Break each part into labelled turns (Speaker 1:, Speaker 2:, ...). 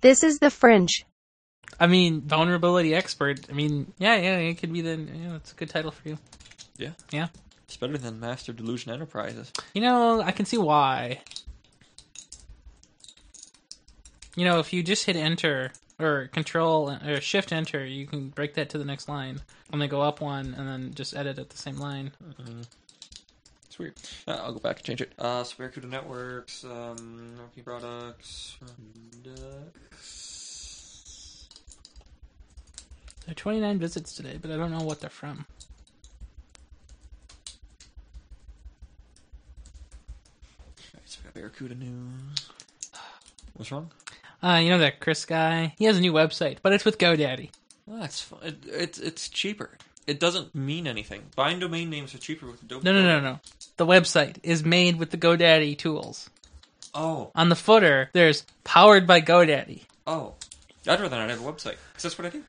Speaker 1: This is the fringe.
Speaker 2: I mean, vulnerability expert. I mean, yeah, yeah, it could be the. You know, it's a good title for you.
Speaker 3: Yeah.
Speaker 2: Yeah.
Speaker 3: It's better than Master Delusion Enterprises.
Speaker 2: You know, I can see why. You know, if you just hit enter or control or shift enter, you can break that to the next line. And then go up one and then just edit at the same line.
Speaker 3: It's weird. Uh, I'll go back and change it. Uh, so Barracuda Networks, um, RP Products, products.
Speaker 2: There are 29 visits today, but I don't know what they're from.
Speaker 3: Alright, so we got Barracuda News. What's wrong?
Speaker 2: Uh, you know that Chris guy? He has a new website, but it's with GoDaddy.
Speaker 3: Well, that's fun. It, it's it's cheaper. It doesn't mean anything. Buying domain names are cheaper with Adobe.
Speaker 2: No, no, no, no. The website is made with the GoDaddy tools.
Speaker 3: Oh,
Speaker 2: On the footer, there's powered by GoDaddy.
Speaker 3: oh. I'd rather not have a website. 'cause that's what I do.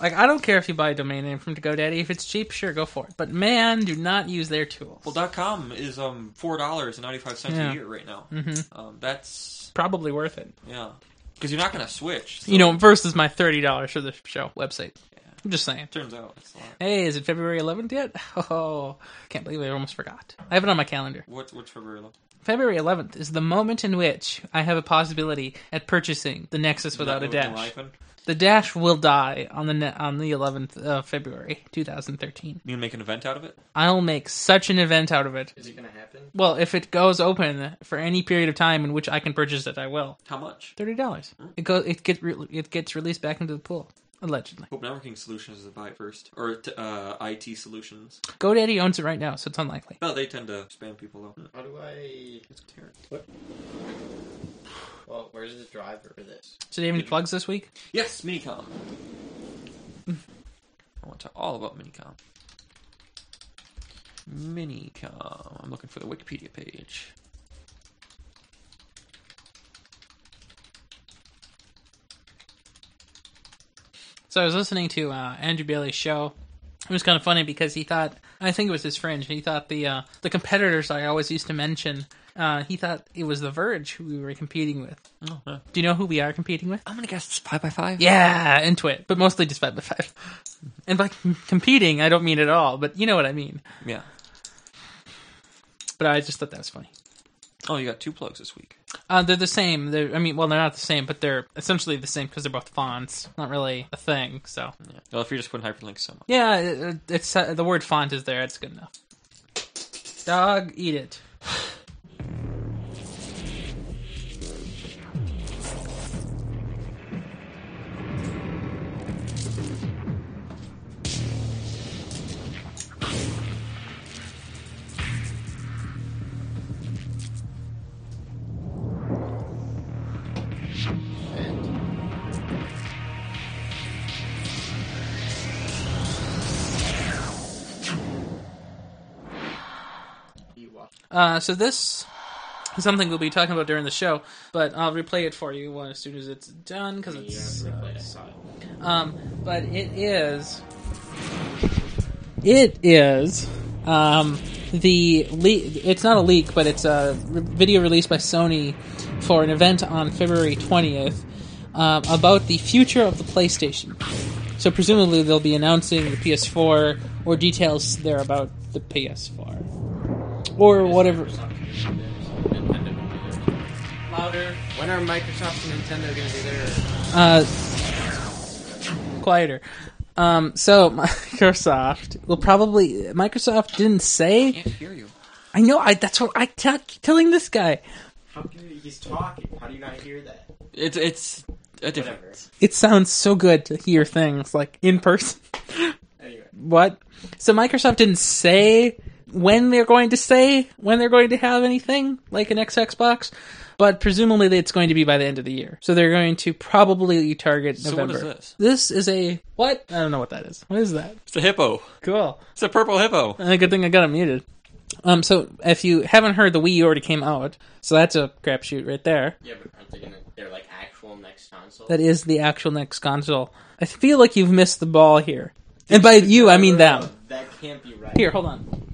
Speaker 2: Like, I don't care if you buy a domain name from GoDaddy. If it's cheap, sure, go for it. But man, do not use their tools.
Speaker 3: Well, dot .com is um four dollars and ninety five cents
Speaker 2: Yeah. Mm-hmm.
Speaker 3: a year right now. Um, that's
Speaker 2: Probably worth it.
Speaker 3: yeah, because you're not gonna switch. so
Speaker 2: You know, versus my $30 for the show website. I'm just saying.
Speaker 3: turns out it's a lot.
Speaker 2: Hey, is it February 11th yet? Oh, can't believe I almost forgot. I have it on my calendar.
Speaker 3: What what's February eleventh?
Speaker 2: February 11th is the moment in which I have a possibility at purchasing the Nexus without a dash. The dash will die on the ne- on the 11th of February 2013.
Speaker 3: You gonna make an event out of it?
Speaker 2: I'll make such an event out of it.
Speaker 4: Is it going to happen?
Speaker 2: Well, if it goes open for any period of time in which I can purchase it, I will.
Speaker 3: How much?
Speaker 2: Thirty dollars. It goes. It gets. Re- it gets released back into the pool allegedly.
Speaker 3: Hope Networking Solutions is to buy it first, or t- uh, IT Solutions.
Speaker 2: GoDaddy owns it right now, so it's unlikely.
Speaker 3: No, they tend to spam people though. Hmm.
Speaker 4: How do I?
Speaker 3: It's Karen.
Speaker 4: Well, where's the driver for this?
Speaker 2: So, do you have any plugs this week?
Speaker 3: Yes, Minicom. I want to talk all about Minicom. Minicom. I'm looking for the Wikipedia page.
Speaker 2: So I was listening to uh, Andrew Bailey's show. It was kind of funny because he thought I think it was his fringe. He thought the uh, the competitors I always used to mention. Uh, he thought it was The Verge who we were competing with.
Speaker 3: Oh,
Speaker 2: Do you know who we are competing with?
Speaker 3: I'm gonna guess it's five by five.
Speaker 2: Yeah, and Twit, but mostly just five by five. And by com- competing, I don't mean at all, but you know what I mean.
Speaker 3: Yeah.
Speaker 2: But I just thought that was funny.
Speaker 3: Oh, you got two plugs this week.
Speaker 2: Uh, they're the same. They're, I mean, well, they're not the same, but they're essentially the same because they're both fonts. Not really a thing. So
Speaker 3: Yeah. Well, if you're just putting hyperlinks somewhere.
Speaker 2: yeah, it, it- it's uh, the word font is there. It's good enough. Dog, eat it.
Speaker 4: And you watch.
Speaker 2: Uh, so this is something we'll be talking about during the show, but I'll replay it for you uh, as soon as it's done because
Speaker 4: You
Speaker 2: it's.
Speaker 4: have to replay it.
Speaker 2: Um, but it is. It is. Um, the le- it's not a leak, but it's a re- video released by Sony for an event on February twentieth um, about the future of the PlayStation. So presumably they'll be announcing the PS4 or details there about the PS4 or whatever.
Speaker 4: Microsoft and Nintendo gonna do theirs?
Speaker 2: Louder,
Speaker 4: When are Microsoft and Nintendo going to do their?
Speaker 2: uh, quieter. Um, so Microsoft will probably Microsoft didn't
Speaker 3: I
Speaker 2: say.
Speaker 3: can't hear you.
Speaker 2: I know. I that's what I t- telling this guy.
Speaker 4: How can you, he's talking? How do you not hear that?
Speaker 3: It's it's a different.
Speaker 4: Whatever.
Speaker 2: It sounds so good to hear things like in person.
Speaker 4: Anyway,
Speaker 2: what? So Microsoft didn't say when they're going to say when they're going to have anything like an next Xbox, but presumably it's going to be by the end of the year. So they're going to probably target
Speaker 3: So what
Speaker 2: November.
Speaker 3: is this?
Speaker 2: This is a what? I don't know what that is. What is that?
Speaker 3: It's a hippo.
Speaker 2: Cool.
Speaker 3: It's a purple hippo.
Speaker 2: Uh, good thing I got it muted. Um, so if you haven't heard, the Wii U already came out, so that's a crapshoot right there.
Speaker 4: yeah, but aren't they going to? They're like actual next console.
Speaker 2: That is the actual next console. I feel like you've missed the ball here, and by you I mean them.
Speaker 4: That can't be right.
Speaker 2: Here, hold on.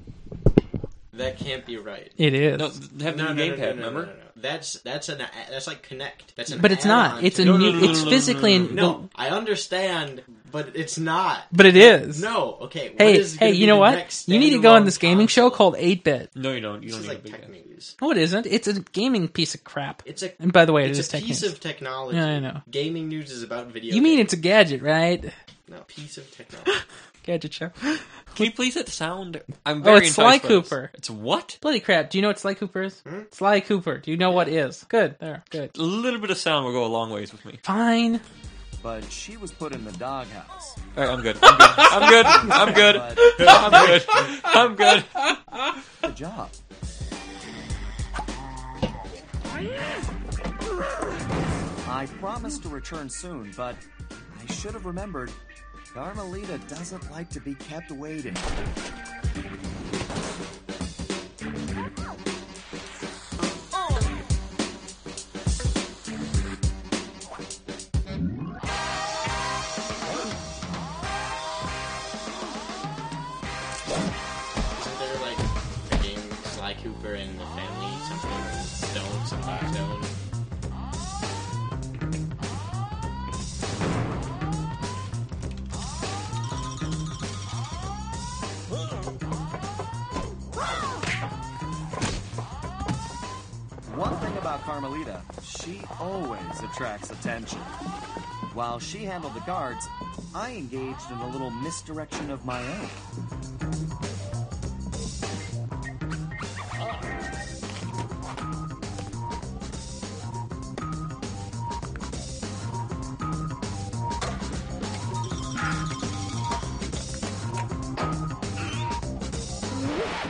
Speaker 4: That can't be right.
Speaker 2: It is.
Speaker 3: No, they have
Speaker 4: No, no,
Speaker 3: the new
Speaker 4: no,
Speaker 3: gamepad,
Speaker 4: no, no,
Speaker 3: remember?
Speaker 4: no, no, no. That's that's an a- that's like Connect. That's an
Speaker 2: but it's not.
Speaker 4: add-on
Speaker 2: It's
Speaker 4: to-
Speaker 2: a
Speaker 3: No, no,
Speaker 2: new.
Speaker 3: no, no,
Speaker 2: it's
Speaker 3: no, no,
Speaker 2: physically.
Speaker 3: no, no,
Speaker 4: No, I understand, but it's not.
Speaker 2: But it is.
Speaker 4: No, okay. what
Speaker 2: Hey,
Speaker 4: is gonna
Speaker 2: hey,
Speaker 4: be
Speaker 2: you know
Speaker 4: the
Speaker 2: what?
Speaker 4: next
Speaker 2: You need to go on
Speaker 4: standalone
Speaker 2: this gaming show
Speaker 4: console?
Speaker 2: called 8 Bit.
Speaker 3: No, you don't. You
Speaker 4: This
Speaker 3: don't
Speaker 4: is
Speaker 3: need
Speaker 4: like
Speaker 3: a big
Speaker 4: tech
Speaker 3: game.
Speaker 4: news.
Speaker 2: No, it isn't. It's a gaming piece of crap.
Speaker 4: It's a
Speaker 2: And by the way, it
Speaker 4: it's
Speaker 2: is
Speaker 4: a piece
Speaker 2: technique.
Speaker 4: of technology.
Speaker 2: Yeah, I know.
Speaker 4: Gaming news is about video.
Speaker 2: You mean
Speaker 4: games.
Speaker 2: it's a gadget, right?
Speaker 4: no piece of technology?
Speaker 2: Gadget show.
Speaker 3: Can you please hit the sound? I'm very
Speaker 2: it's Sly
Speaker 3: enticed by this.
Speaker 2: Cooper.
Speaker 3: It's what?
Speaker 2: Bloody crap. Do you know what Sly Cooper is?
Speaker 3: Hmm?
Speaker 2: Sly Cooper. Do you know what is? Good. There. Good.
Speaker 3: A little bit of sound will go a long ways with me.
Speaker 2: Fine.
Speaker 1: but she was put in the doghouse.
Speaker 3: All right, I'm good. I'm good. I'm good. I'm
Speaker 1: But
Speaker 3: good. I'm good. I'm good.
Speaker 1: the job. I promised to return soon, but I should have remembered. Carmelita doesn't like to be kept waiting.
Speaker 4: Isn't there like a game Sly Cooper and the family something stone something stone?
Speaker 1: One thing about Carmelita, she always attracts attention. While she handled the guards, I engaged in a little misdirection of my own.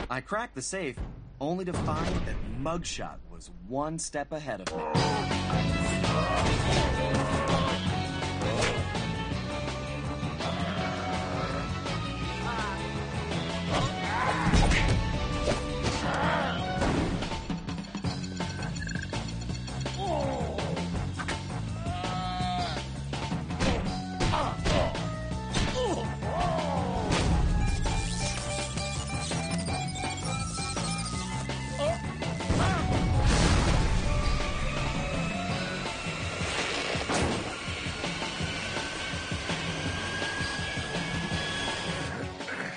Speaker 1: I cracked the safe only to find that Mugshot was one step ahead of me.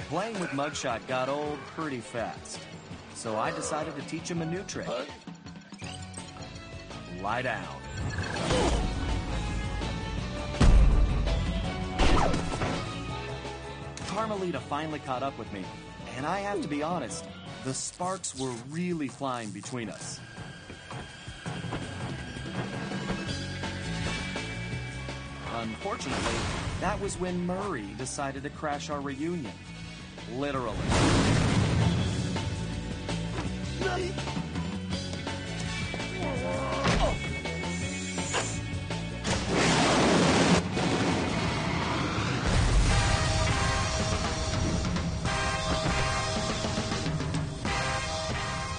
Speaker 1: Playing with Mugshot got old pretty fast, so I decided to teach him a new trick. Lie down. Carmelita finally caught up with me, and I have to be honest, the sparks were really flying between us. Unfortunately, that was when Murray decided to crash our reunion. Literally.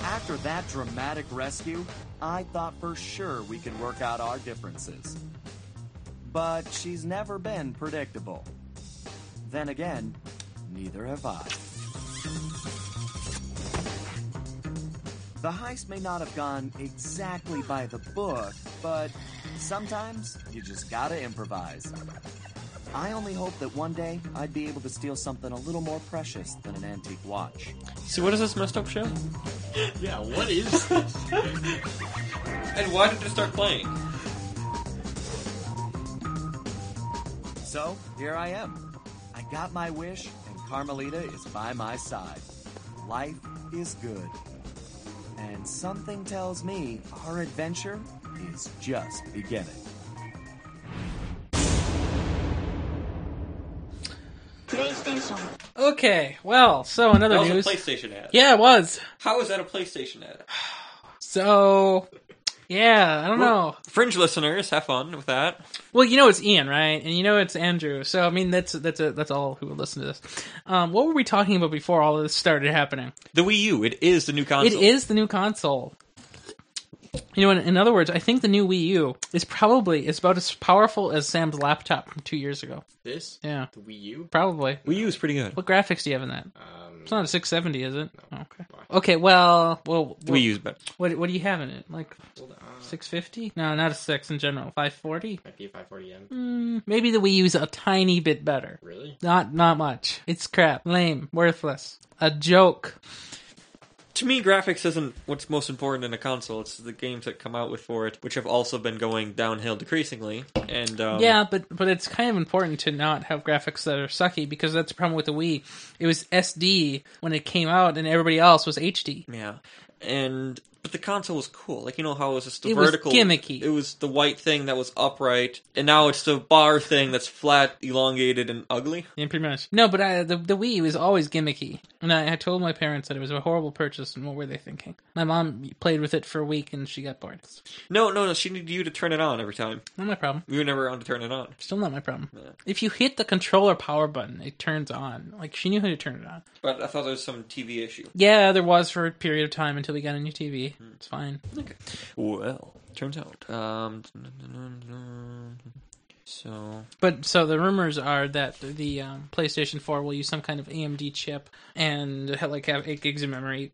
Speaker 1: After that dramatic rescue, I thought for sure we could work out our differences but she's never been predictable. Then again, neither have I. The heist may not have gone exactly by the book, but sometimes you just gotta improvise. I only hope that one day I'd be able to steal something a little more precious than an antique watch.
Speaker 3: So what is this messed up show?
Speaker 4: Yeah, what is this?
Speaker 3: And why did it start playing?
Speaker 1: So, here I am. I got my wish, and Carmelita is by my side. Life is good. And something tells me our adventure is just beginning.
Speaker 2: Okay. Well, so another
Speaker 3: That was
Speaker 2: news.
Speaker 3: a PlayStation ad.
Speaker 2: yeah, it was.
Speaker 3: How is that a PlayStation ad?
Speaker 2: So, yeah, I don't know.
Speaker 3: Fringe listeners, have fun with that.
Speaker 2: Well, you know it's Ian, right? And you know it's Andrew. So I mean, that's that's a, that's all who would listen to this. Um, what were we talking about before all of this started happening?
Speaker 3: The Wii U. It is the new console.
Speaker 2: It is the new console. You know, in, in other words, I think the new Wii U is probably is about as powerful as Sam's laptop from two years ago.
Speaker 4: This?
Speaker 2: Yeah,
Speaker 4: The Wii U?
Speaker 2: probably.
Speaker 3: Wii U is pretty good.
Speaker 2: What graphics do you have in that?
Speaker 4: Um,
Speaker 2: It's not a 670, is it?
Speaker 3: No.
Speaker 2: Okay. Okay. Well, well,
Speaker 3: We use better.
Speaker 2: what what do you have in it? Like
Speaker 4: Hold on.
Speaker 2: 650? No, not a six in general. 540.
Speaker 4: Might be a 540M.
Speaker 2: Mm, maybe the Wii U's a tiny bit better.
Speaker 4: Really?
Speaker 2: Not not much. It's crap, lame, worthless, a joke.
Speaker 3: To me, graphics isn't what's most important in a console. It's the games that come out with for it, which have also been going downhill decreasingly. And um,
Speaker 2: yeah, but but it's kind of important to not have graphics that are sucky because that's the problem with the Wii. It was SD when it came out, and everybody else was HD.
Speaker 3: Yeah, and but the console was cool. Like you know how it was just the
Speaker 2: It was
Speaker 3: vertical,
Speaker 2: gimmicky.
Speaker 3: It was the white thing that was upright, and now it's the bar thing that's flat, elongated, and ugly.
Speaker 2: Yeah, pretty much. No, but I, the the Wii was always gimmicky, and I, I told my parents that it was a horrible purchase, and what were they thinking? My mom played with it for a week, and she got bored. It's
Speaker 3: No, no, no. She needed you to turn it on every time.
Speaker 2: not my problem.
Speaker 3: We were never on to turn it on.
Speaker 2: Still not my problem. If you hit the controller power button, it turns on. Like she knew how to turn it on.
Speaker 3: But I thought there was some TV issue.
Speaker 2: Yeah, there was for a period of time until we got a new TV. It's fine.
Speaker 3: Okay. Well, turns out. Um. So
Speaker 2: But so the rumors are that the um, PlayStation 4 will use some kind of AMD chip and ha- like have 8 gigs of memory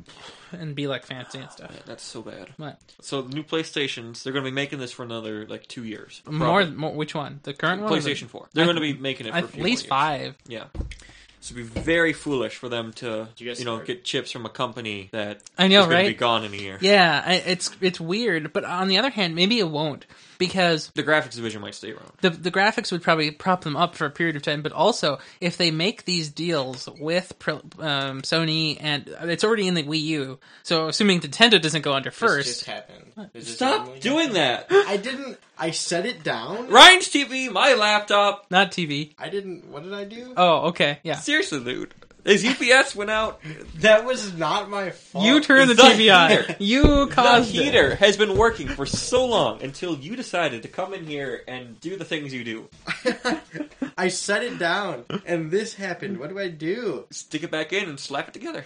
Speaker 2: and be like fancy and stuff.
Speaker 3: that's so bad.
Speaker 2: But
Speaker 3: So the new PlayStations, they're going to be making this for another like two years.
Speaker 2: more, more, which one? The current one? or the-
Speaker 3: PlayStation Four. They're
Speaker 2: I-
Speaker 3: going to be making it for a
Speaker 2: At
Speaker 3: few more
Speaker 2: least
Speaker 3: years.
Speaker 2: five.
Speaker 3: Yeah. So it'd be very foolish for them to
Speaker 4: You
Speaker 3: you,
Speaker 4: guys
Speaker 3: know
Speaker 4: heard-
Speaker 3: get chips from a company that
Speaker 2: I know,
Speaker 3: is gonna be
Speaker 2: right?
Speaker 3: gone in a year.
Speaker 2: Yeah, I, it's it's weird, but on the other hand, maybe it won't because
Speaker 3: The graphics division might stay around.
Speaker 2: the the graphics would probably prop them up for a period of time. But also, if they make these deals with pr- um, Sony and it's already in the Wii U, so assuming Nintendo doesn't go under
Speaker 4: This
Speaker 2: first, Uh,
Speaker 4: just happened. This just randomly
Speaker 3: Stop doing that.
Speaker 5: I didn't. I set it down.
Speaker 3: Ryan's TV, my laptop.
Speaker 2: not TV.
Speaker 5: I didn't. What did I do?
Speaker 2: Oh, okay, yeah.
Speaker 3: Seriously, dude. His UPS went out.
Speaker 5: That was not my fault.
Speaker 2: You turned the,
Speaker 3: Oh, the
Speaker 2: TV on.
Speaker 3: heater.
Speaker 2: You
Speaker 3: The
Speaker 2: caused it.
Speaker 3: heater has been working for so long until you decided to come in here and do the things you do.
Speaker 5: I set it down, and this happened. What do I do?
Speaker 3: Stick it back in and slap it together.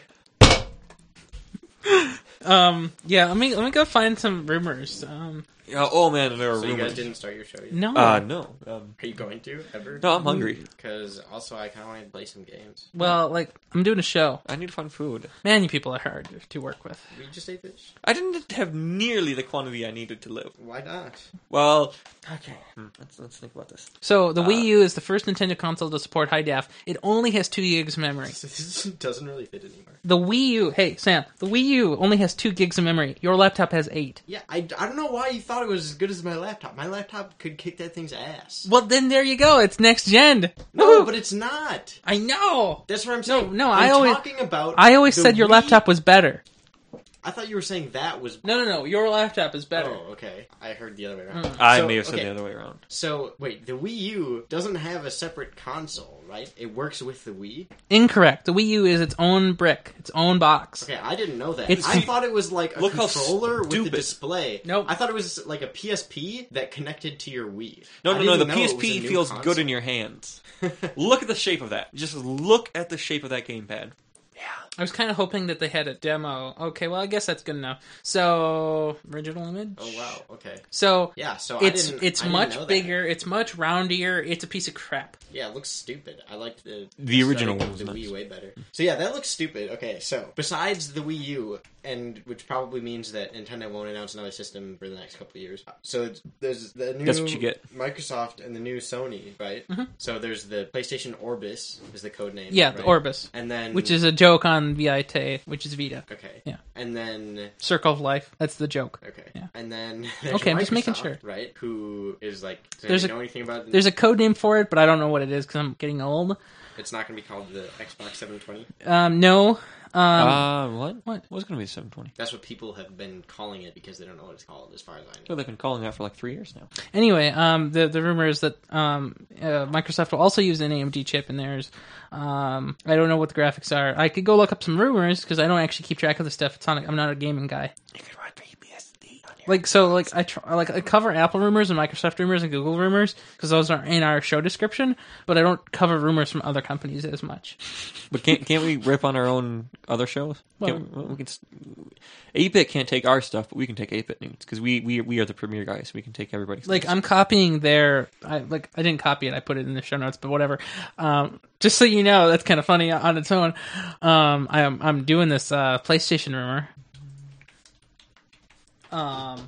Speaker 2: Um, yeah. Let me let me go find some rumors. Um,
Speaker 3: Yeah, oh man, there are
Speaker 4: So you guys
Speaker 3: rumors.
Speaker 4: didn't start your show yet?
Speaker 2: no.
Speaker 3: uh, no. Um,
Speaker 4: Are you going to ever?
Speaker 3: no, I'm hungry.
Speaker 4: Because also, I kind of want to play some games.
Speaker 2: well, like I'm doing a show.
Speaker 3: I need to find food.
Speaker 2: Man, you people are hard to work with.
Speaker 4: We just ate this.
Speaker 3: I didn't have nearly the quantity I needed to live.
Speaker 5: Why not?
Speaker 3: Well,
Speaker 5: Okay.
Speaker 3: hmm, let's, let's think about this.
Speaker 2: So the Wii U is the first Nintendo console to support high def. It only has two gigs of memory.
Speaker 4: This doesn't really fit anymore.
Speaker 2: The Wii U, hey Sam, the Wii U only has two gigs of memory. Your laptop has eight.
Speaker 5: Yeah, I, I don't know why you thought it was as good as my laptop. My laptop could kick that thing's ass.
Speaker 2: Well, then there you go. It's next gen.
Speaker 5: No, but it's not.
Speaker 2: I know.
Speaker 5: That's what I'm saying.
Speaker 2: no,
Speaker 5: I'm
Speaker 2: I always-
Speaker 5: talking about.
Speaker 2: I always
Speaker 5: the
Speaker 2: said your
Speaker 5: Wii-
Speaker 2: laptop was better.
Speaker 5: I thought you were saying that was.
Speaker 2: No, no, no. Your laptop is better.
Speaker 4: Oh, okay. I heard the other way
Speaker 2: Mm.
Speaker 4: around.
Speaker 3: I
Speaker 5: So,
Speaker 3: may have said
Speaker 5: okay.
Speaker 3: the other way around.
Speaker 5: So wait, the Wii U doesn't have a separate console, right? It works with the Wii.
Speaker 2: Incorrect. The Wii U is its own brick, its own box.
Speaker 5: Okay, I didn't know that.
Speaker 2: It's-
Speaker 5: I thought it was like a
Speaker 3: Look how
Speaker 5: controller with a
Speaker 3: stupid.
Speaker 5: display.
Speaker 2: Nope.
Speaker 5: I thought it was like a PSP that connected to your Wii.
Speaker 3: No,
Speaker 5: I
Speaker 3: no, no. The
Speaker 5: didn't know it was a
Speaker 3: PSP
Speaker 5: new
Speaker 3: feels
Speaker 5: console.
Speaker 3: good in your hands. look at the shape of that. Just look at the shape of that gamepad.
Speaker 2: I was kind of hoping that they had a demo. Okay, well, I guess that's good enough. So, original image.
Speaker 4: Oh wow. Okay.
Speaker 2: So,
Speaker 5: Yeah, so I
Speaker 2: it's
Speaker 5: didn't-
Speaker 2: it's
Speaker 5: I didn't know
Speaker 2: much
Speaker 5: that.
Speaker 2: bigger. It's much roundier. It's a piece of crap.
Speaker 4: Yeah, it looks stupid. I liked the
Speaker 3: The
Speaker 4: aesthetic
Speaker 3: original
Speaker 4: of
Speaker 3: one was
Speaker 4: the
Speaker 3: nice.
Speaker 4: Wii way better.
Speaker 5: So yeah, that looks stupid. Okay, so besides the Wii U, and which probably means that Nintendo won't announce another system for the next couple of years. So it's- there's the new
Speaker 3: That's what you get.
Speaker 5: Microsoft and the new Sony, right? So there's the PlayStation Orbis is the code name.
Speaker 2: Mm-hmm. Yeah,
Speaker 5: right?
Speaker 2: the Orbis,
Speaker 5: and then
Speaker 2: which is a joke on Vita, which is Vita.
Speaker 5: okay,
Speaker 2: Yeah.
Speaker 5: and then
Speaker 2: Circle of Life. That's the joke.
Speaker 5: Okay.
Speaker 2: Yeah.
Speaker 5: And then
Speaker 2: Okay, I'm just making sure.
Speaker 5: right? Who is like? Does
Speaker 2: There's
Speaker 5: there's
Speaker 2: a-
Speaker 5: know anything about?
Speaker 2: There's a code name for it, but I don't know what it is because I'm getting old.
Speaker 5: It's not going to be called the Xbox 720.
Speaker 2: Um, no. Um,
Speaker 3: Uh, what?
Speaker 2: what?
Speaker 3: What's going to be 720?
Speaker 5: That's what people have been calling it because they don't know what it's called, as far as I know.
Speaker 3: No, they've been calling that for like three years now.
Speaker 2: anyway, um, the the rumor is that um, uh, Microsoft will also use an AMD chip in theirs. Um, I don't know what the graphics are. I could go look up some rumors because I don't actually keep track of this stuff. It's not. I'm not a gaming guy.
Speaker 3: You can run PSD on
Speaker 2: like so like I try, like I cover Apple rumors and Microsoft rumors and Google rumors because those are in our show description, but I don't cover rumors from other companies as much.
Speaker 3: But can't can't we rip on our own other shows? Can't we, we can. s- 8-Bit can't take our stuff, but we can take 8-Bit news because we, we we are the premier guys. We can take everybody's.
Speaker 2: Like
Speaker 3: news.
Speaker 2: I'm copying their I like I didn't copy it, I put it in the show notes, but whatever. Um just so you know, that's kind of funny on its own. Um I'm I'm doing this uh PlayStation rumor. Um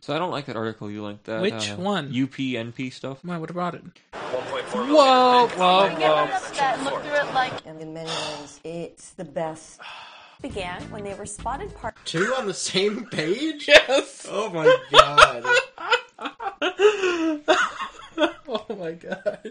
Speaker 3: so I don't like that article you linked. That
Speaker 2: Which
Speaker 3: uh,
Speaker 2: one?
Speaker 3: UPNP stuff.
Speaker 2: why what about it? Whoa, whoa, whoa.
Speaker 6: upset, look through it like
Speaker 7: and in many ways, it's the best.
Speaker 6: began when they were spotted part.
Speaker 5: Two on the same page?
Speaker 2: Yes.
Speaker 5: Oh my god.
Speaker 2: oh my gosh.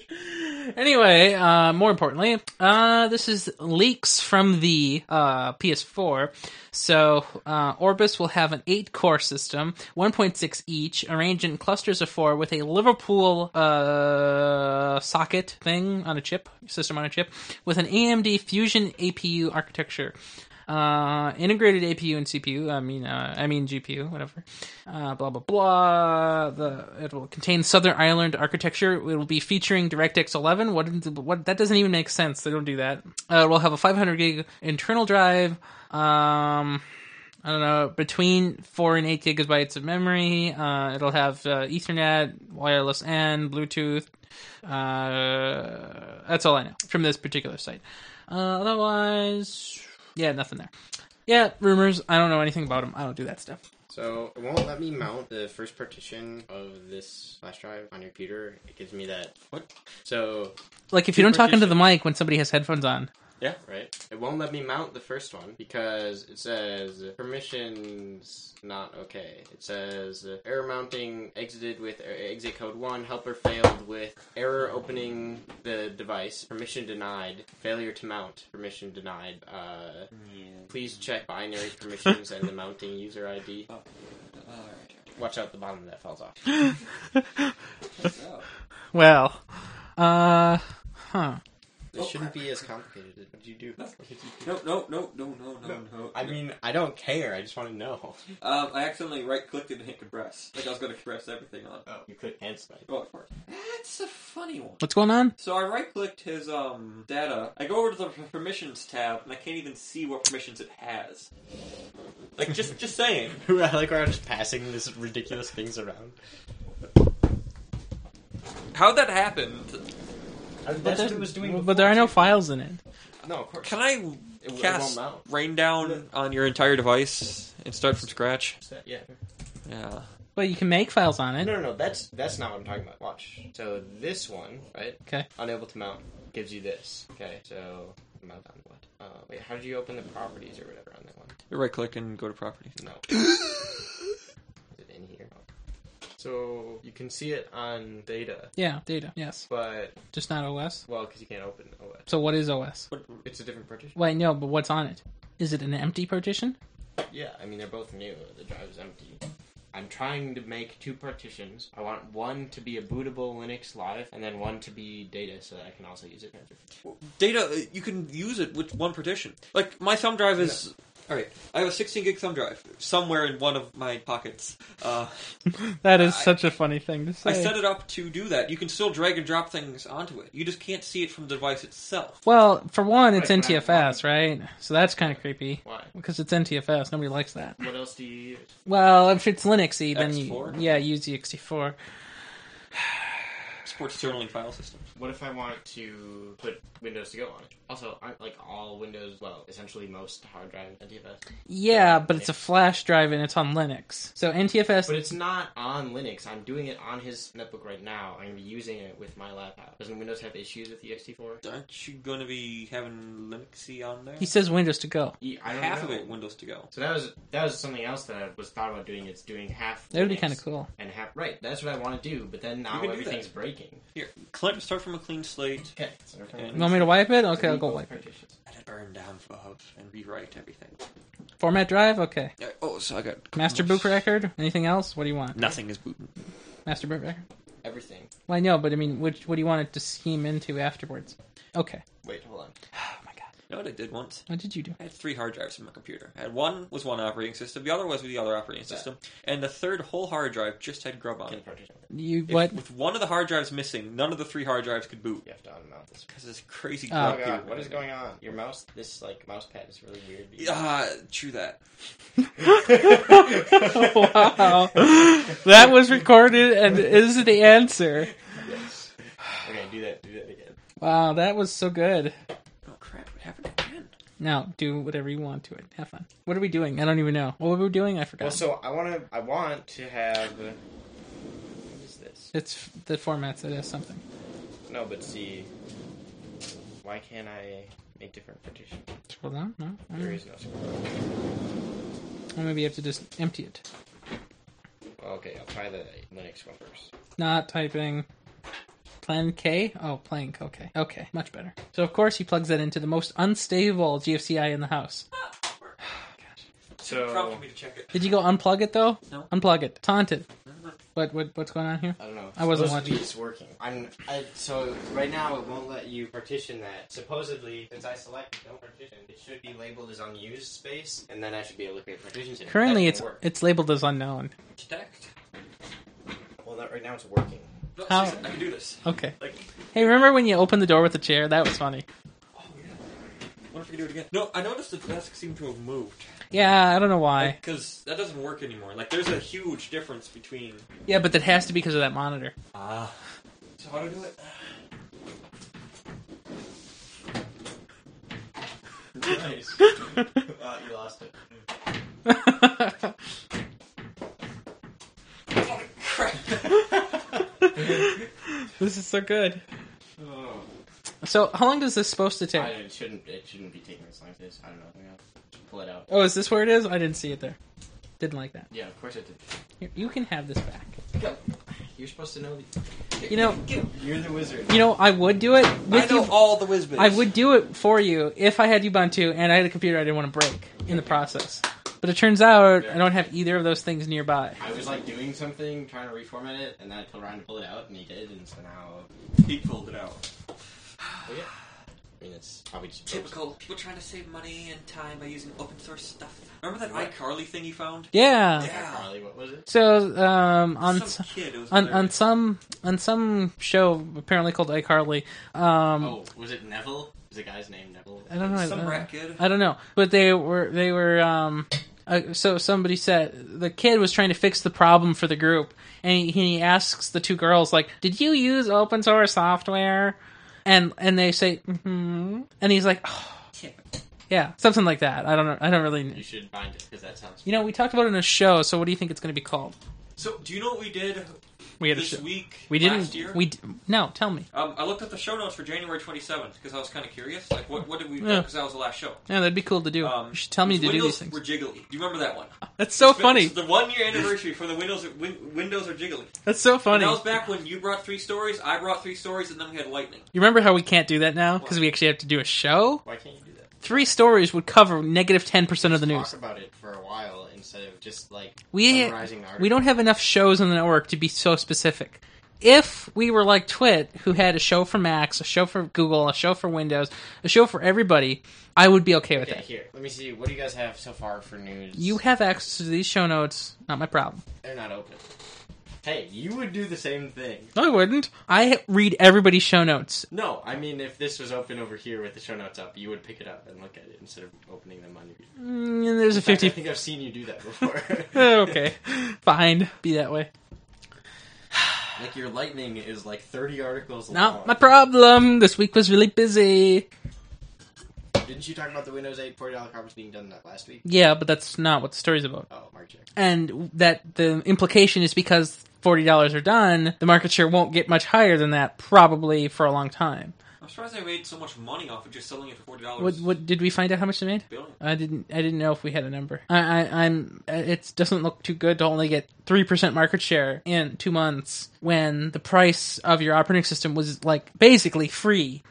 Speaker 2: Anyway, uh, more importantly, uh, this is leaks from the uh, PS4. So uh, Orbis will have an eight-core system, 1.6 each, arranged in clusters of four, with a Liverpool uh, socket thing on a chip, system on a chip, with an AMD Fusion APU architecture. Uh, integrated APU and CPU. I mean, uh, I mean GPU, whatever. Uh, blah blah blah. The it will contain Southern Ireland architecture. It will be featuring DirectX 11. What? What? That doesn't even make sense. They don't do that. Uh, it will have a 500 gig internal drive. Um, I don't know, between four and eight gigabytes of memory. Uh, it'll have uh, Ethernet, wireless and Bluetooth. Uh, that's all I know from this particular site. Uh, otherwise, yeah, nothing there. Yeah, rumors. I don't know anything about them. I don't do that stuff.
Speaker 5: So it won't let me mount the first partition of this flash drive on your computer. It gives me that what? So
Speaker 2: Like if you don't talk into the mic when somebody has headphones on.
Speaker 5: yeah, right. It won't let me mount the first one because it says permissions not okay. It says error mounting exited with er, exit code one. Helper failed with error opening the device. Permission denied. Failure to mount. Permission denied. Uh, please check binary permissions and the mounting user ID. Watch out, the bottom of that falls off.
Speaker 2: Well, uh, huh.
Speaker 5: It shouldn't be as complicated. What do you do?
Speaker 3: No, no, no, no, no, no, no.
Speaker 5: I mean, I don't care. I just want to know.
Speaker 3: um, I accidentally right clicked and hit compress. Like I was going to compress everything on.
Speaker 5: Oh, you could cancel it.
Speaker 3: Oh, of course. That's a funny one.
Speaker 2: What's going on?
Speaker 3: So I right clicked his um data. I go over to the permissions tab and I can't even see what permissions it has. Like just just saying.
Speaker 5: I like we're just passing these ridiculous things around.
Speaker 3: How'd that happen?
Speaker 5: That's what it was doing.
Speaker 2: But there are no files in it.
Speaker 5: No, of course.
Speaker 3: Can I
Speaker 5: It won't
Speaker 3: cast
Speaker 5: mount.
Speaker 3: rain down on your entire device and start from scratch?
Speaker 5: Yeah.
Speaker 3: Yeah.
Speaker 2: But you can make files on
Speaker 5: No,
Speaker 2: it.
Speaker 5: no, no. That's that's not what I'm talking about. Watch. So this one, right?
Speaker 2: Okay.
Speaker 5: Unable to mount gives you this. Okay. So mount on what? Uh, wait, how did you open the properties or whatever on that one?
Speaker 3: Right click and go to properties.
Speaker 5: No. Is it in here? So you can see it on data,
Speaker 2: Yeah, data. Yes,
Speaker 5: but
Speaker 2: just not OS.
Speaker 5: well, because you can't open OS.
Speaker 2: So what is OS?
Speaker 5: It's a different partition.
Speaker 2: Wait, no, but what's on it? Is it an empty partition?
Speaker 5: Yeah, I mean they're both new. The drive is empty. I'm trying to make two partitions. I want one to be a bootable Linux live, and then one to be data, so that I can also use it.
Speaker 3: Data uh, you can use it with one partition. Like my thumb drive is all right. I have a 16 gig thumb drive somewhere in one of my pockets. Uh,
Speaker 2: That is such a funny thing to say.
Speaker 3: I set it up to do that. You can still drag and drop things onto it. You just can't see it from the device itself.
Speaker 2: well, for one, it's
Speaker 5: Like,
Speaker 2: NTFS, right? So that's kind of creepy.
Speaker 5: Why?
Speaker 2: Because it's NTFS. Nobody likes that.
Speaker 5: What else do you use?
Speaker 2: Well, if it's Linuxy, then you,
Speaker 3: X4?
Speaker 2: yeah, use the X4.
Speaker 3: Supports journaling file systems.
Speaker 5: What if I want to put Windows to go on it? Also, aren't like all Windows, well, essentially most hard drives NTFS?
Speaker 2: Yeah, but it's a flash drive and it's on Linux. So NTFS.
Speaker 5: But it's not on Linux. I'm doing it on his netbook right now. I'm going to be using it with my laptop. Doesn't Windows have issues with E ext4?
Speaker 3: Aren't you going to be having Linuxy on there?
Speaker 2: he says Windows to go.
Speaker 5: E- I don't
Speaker 3: half of
Speaker 5: know.
Speaker 3: it Windows to go.
Speaker 5: So that was that was something else that I was thought about doing. It's doing half.
Speaker 2: That would be
Speaker 5: Linux
Speaker 2: kinda cool.
Speaker 5: And half right. That's what I want to do. But then now
Speaker 3: can do that.
Speaker 5: everything's breaking.
Speaker 3: Here, cl- start from a clean slate.
Speaker 5: Okay. So
Speaker 3: And-
Speaker 2: You want me to wipe it? Okay, I'll go wipe it.
Speaker 5: partitions.
Speaker 3: Edit burn down above and rewrite everything.
Speaker 2: Format drive? Okay.
Speaker 3: Yeah, Oh, so I got
Speaker 2: Master boot record? Anything else? What do you want?
Speaker 3: Nothing is booting.
Speaker 2: Master boot record?
Speaker 5: Everything.
Speaker 2: Well, I know, but I mean, which, what do you want it to scheme into afterwards? Okay.
Speaker 5: Wait, hold on.
Speaker 2: Oh my god.
Speaker 3: You know what I did once?
Speaker 2: What did you do?
Speaker 3: I had three hard drives in my computer. I had one was one operating system, the other was the other operating system, and the third whole hard drive just had grub on it.
Speaker 2: You what?
Speaker 3: With one of the hard drives missing, none of the three hard drives could boot
Speaker 5: You have to unmount this.
Speaker 3: because this crazy
Speaker 2: Oh.
Speaker 5: Oh
Speaker 3: grub.
Speaker 5: god,
Speaker 3: here.
Speaker 5: what is going on? Your mouse, this like mouse pad is really weird.
Speaker 3: Ah, chew that.
Speaker 2: wow, that was recorded and is the answer.
Speaker 5: Okay, do that. Do that again.
Speaker 2: Wow, that was so good.
Speaker 3: Oh crap! What happened again?
Speaker 2: Now do whatever you want to it. Have fun. What are we doing? I don't even know. What were we doing? I forgot.
Speaker 5: Well, so I want to. I want to have. What is this?
Speaker 2: it's the formats. It is something.
Speaker 5: No, but see, why can't I make different partitions?
Speaker 2: Scroll down. No.
Speaker 5: There is no scroll.
Speaker 2: Or maybe you have to just empty it.
Speaker 5: Okay, I'll try the Linux one first.
Speaker 2: Not typing. Plan K? Oh, plank. Okay. Okay. Much better. So, of course, he plugs that into the most unstable GFCI in the house.
Speaker 5: So
Speaker 3: to check it.
Speaker 2: Did you go unplug it, though?
Speaker 3: No.
Speaker 2: Unplug it. Taunted. What, what, what's going on here?
Speaker 5: I don't know.
Speaker 2: I wasn't
Speaker 5: Supposedly
Speaker 2: watching.
Speaker 5: It's working. I'm. I, so right now it won't let you partition that. Supposedly, since I selected no partition, it should be labeled as unused space, and then I should be able to create partitions.
Speaker 2: Currently,
Speaker 5: That
Speaker 2: it's
Speaker 5: didn't work.
Speaker 2: it's labeled as unknown.
Speaker 3: Detect.
Speaker 5: well. That, right now it's working.
Speaker 3: No,
Speaker 2: How-
Speaker 3: seriously, I can do this.
Speaker 2: Okay.
Speaker 3: Like,
Speaker 2: Hey, remember when you opened the door with the chair? That was funny.
Speaker 3: oh yeah. Wonder if I can do it again. No, I noticed the desk seemed to have moved
Speaker 2: Yeah, I don't know why.
Speaker 3: because that doesn't work anymore. Like, there's a huge difference between.
Speaker 2: Yeah, but that has to be because of that monitor.
Speaker 3: Ah. So how do I do it?
Speaker 5: Nice. uh, you lost it.
Speaker 3: Oh, crap.
Speaker 2: This is so good.
Speaker 5: Oh.
Speaker 2: So, how long does this supposed to
Speaker 5: I,
Speaker 2: take?
Speaker 5: it shouldn't. It shouldn't be taking as long as this. I don't know. I'm gonna just pull it out.
Speaker 2: Oh, is this where it is? I didn't see it there. Didn't like that.
Speaker 5: Yeah, of course it did.
Speaker 2: Here, you can have this back.
Speaker 5: Go. You're supposed to know. The,
Speaker 2: You know,
Speaker 5: you're the wizard.
Speaker 2: you know, I would do it with you.
Speaker 3: all the whiz
Speaker 2: I would do it for you if I had Ubuntu and I had a computer I didn't want to break in the process. But it turns out I don't have either of those things nearby.
Speaker 5: I was like doing something, trying to reformat it, and then I put around to pull it out, and he did, and so now.
Speaker 3: He pulled it out.
Speaker 5: Well, yeah. I mean, it's probably just
Speaker 3: Typical people trying to save money and time by using open source stuff. Remember that iCarly thing you found?
Speaker 2: Yeah.
Speaker 5: Yeah, Carly, what was it?
Speaker 2: So um, on
Speaker 3: Some kid. It was
Speaker 2: on on
Speaker 3: hilarious.
Speaker 2: some on some show apparently called iCarly. Um,
Speaker 5: Oh, was it Neville? Was the guy's name Neville?
Speaker 2: I uh, don't know.
Speaker 3: Some
Speaker 2: I, don't-
Speaker 3: rat kid.
Speaker 2: I don't know, but they were they were. Um, uh, so somebody said the kid was trying to fix the problem for the group, and he, he asks the two girls like, "Did you use open source software?" And and they say, "Hmm," and he's like, "Oh, "Yeah, something like that." I don't know. I don't really.
Speaker 5: You
Speaker 2: Know.
Speaker 5: should find it because that sounds.
Speaker 2: You know, we talked about it in a show. So what do you think it's going to be called?
Speaker 3: So, do you know what we did
Speaker 2: We had a
Speaker 3: this
Speaker 2: show.
Speaker 3: week?
Speaker 2: We didn't.
Speaker 3: Last year?
Speaker 2: We d- no. Tell me.
Speaker 3: Um, I looked at the show notes for January 27th because I was kind of curious. Like, what, what did we do?
Speaker 2: Yeah.
Speaker 3: Because that was the last show.
Speaker 2: Yeah, that'd be cool to do.
Speaker 3: Um,
Speaker 2: you should tell me
Speaker 3: it
Speaker 2: to
Speaker 3: was
Speaker 2: do these
Speaker 3: Windows
Speaker 2: things.
Speaker 3: Were jiggly. Do you remember that one?
Speaker 2: That's so
Speaker 3: It's
Speaker 2: funny.
Speaker 3: the one year anniversary for the Windows win, Windows are jiggly.
Speaker 2: That's so
Speaker 3: And
Speaker 2: funny.
Speaker 3: that was back when you brought three stories, I brought three stories, and then we had lightning.
Speaker 2: You remember how we can't do that now because we actually have to do a show.
Speaker 5: Why can't you do that?
Speaker 2: Three stories would cover negative ten percent of the
Speaker 5: Talk
Speaker 2: news.
Speaker 5: about it for a while instead of just like
Speaker 2: We
Speaker 5: summarizing the article.
Speaker 2: we don't have enough shows on the network to be so specific. If we were like Twit, who had a show for Macs, a show for Google, a show for Windows, a show for everybody, I would be okay with
Speaker 5: Okay,
Speaker 2: that.
Speaker 5: here. Let me see. What do you guys have so far for news?
Speaker 2: You have access to these show notes. Not my problem.
Speaker 5: They're not open. Hey, you would do the same thing.
Speaker 2: No, I wouldn't. I read everybody's show notes.
Speaker 5: No, I mean, if this was open over here with the show notes up, you would pick it up and look at it instead of opening them on your. In
Speaker 2: Mm, there's a
Speaker 5: fact,
Speaker 2: fifty.
Speaker 5: I think I've seen you do that before.
Speaker 2: okay, fine. Be that way.
Speaker 5: like your lightning is like thirty articles long.
Speaker 2: Not my problem. This week was really busy.
Speaker 5: Didn't you talk about the Windows 8 forty dollar conference being done that last week?
Speaker 2: Yeah, but that's not what the story's about.
Speaker 5: Oh, Mark Jack.
Speaker 2: And that the implication is because forty dollars are done, the market share won't get much higher than that probably for a long time.
Speaker 3: I'm surprised I made so much money off of just selling it for forty dollars.
Speaker 2: What uh, what did we find out how much they made?
Speaker 3: Billion.
Speaker 2: I didn't I didn't know if we had a number. I, I I'm it doesn't look too good to only get three percent market share in two months when the price of your operating system was like basically free.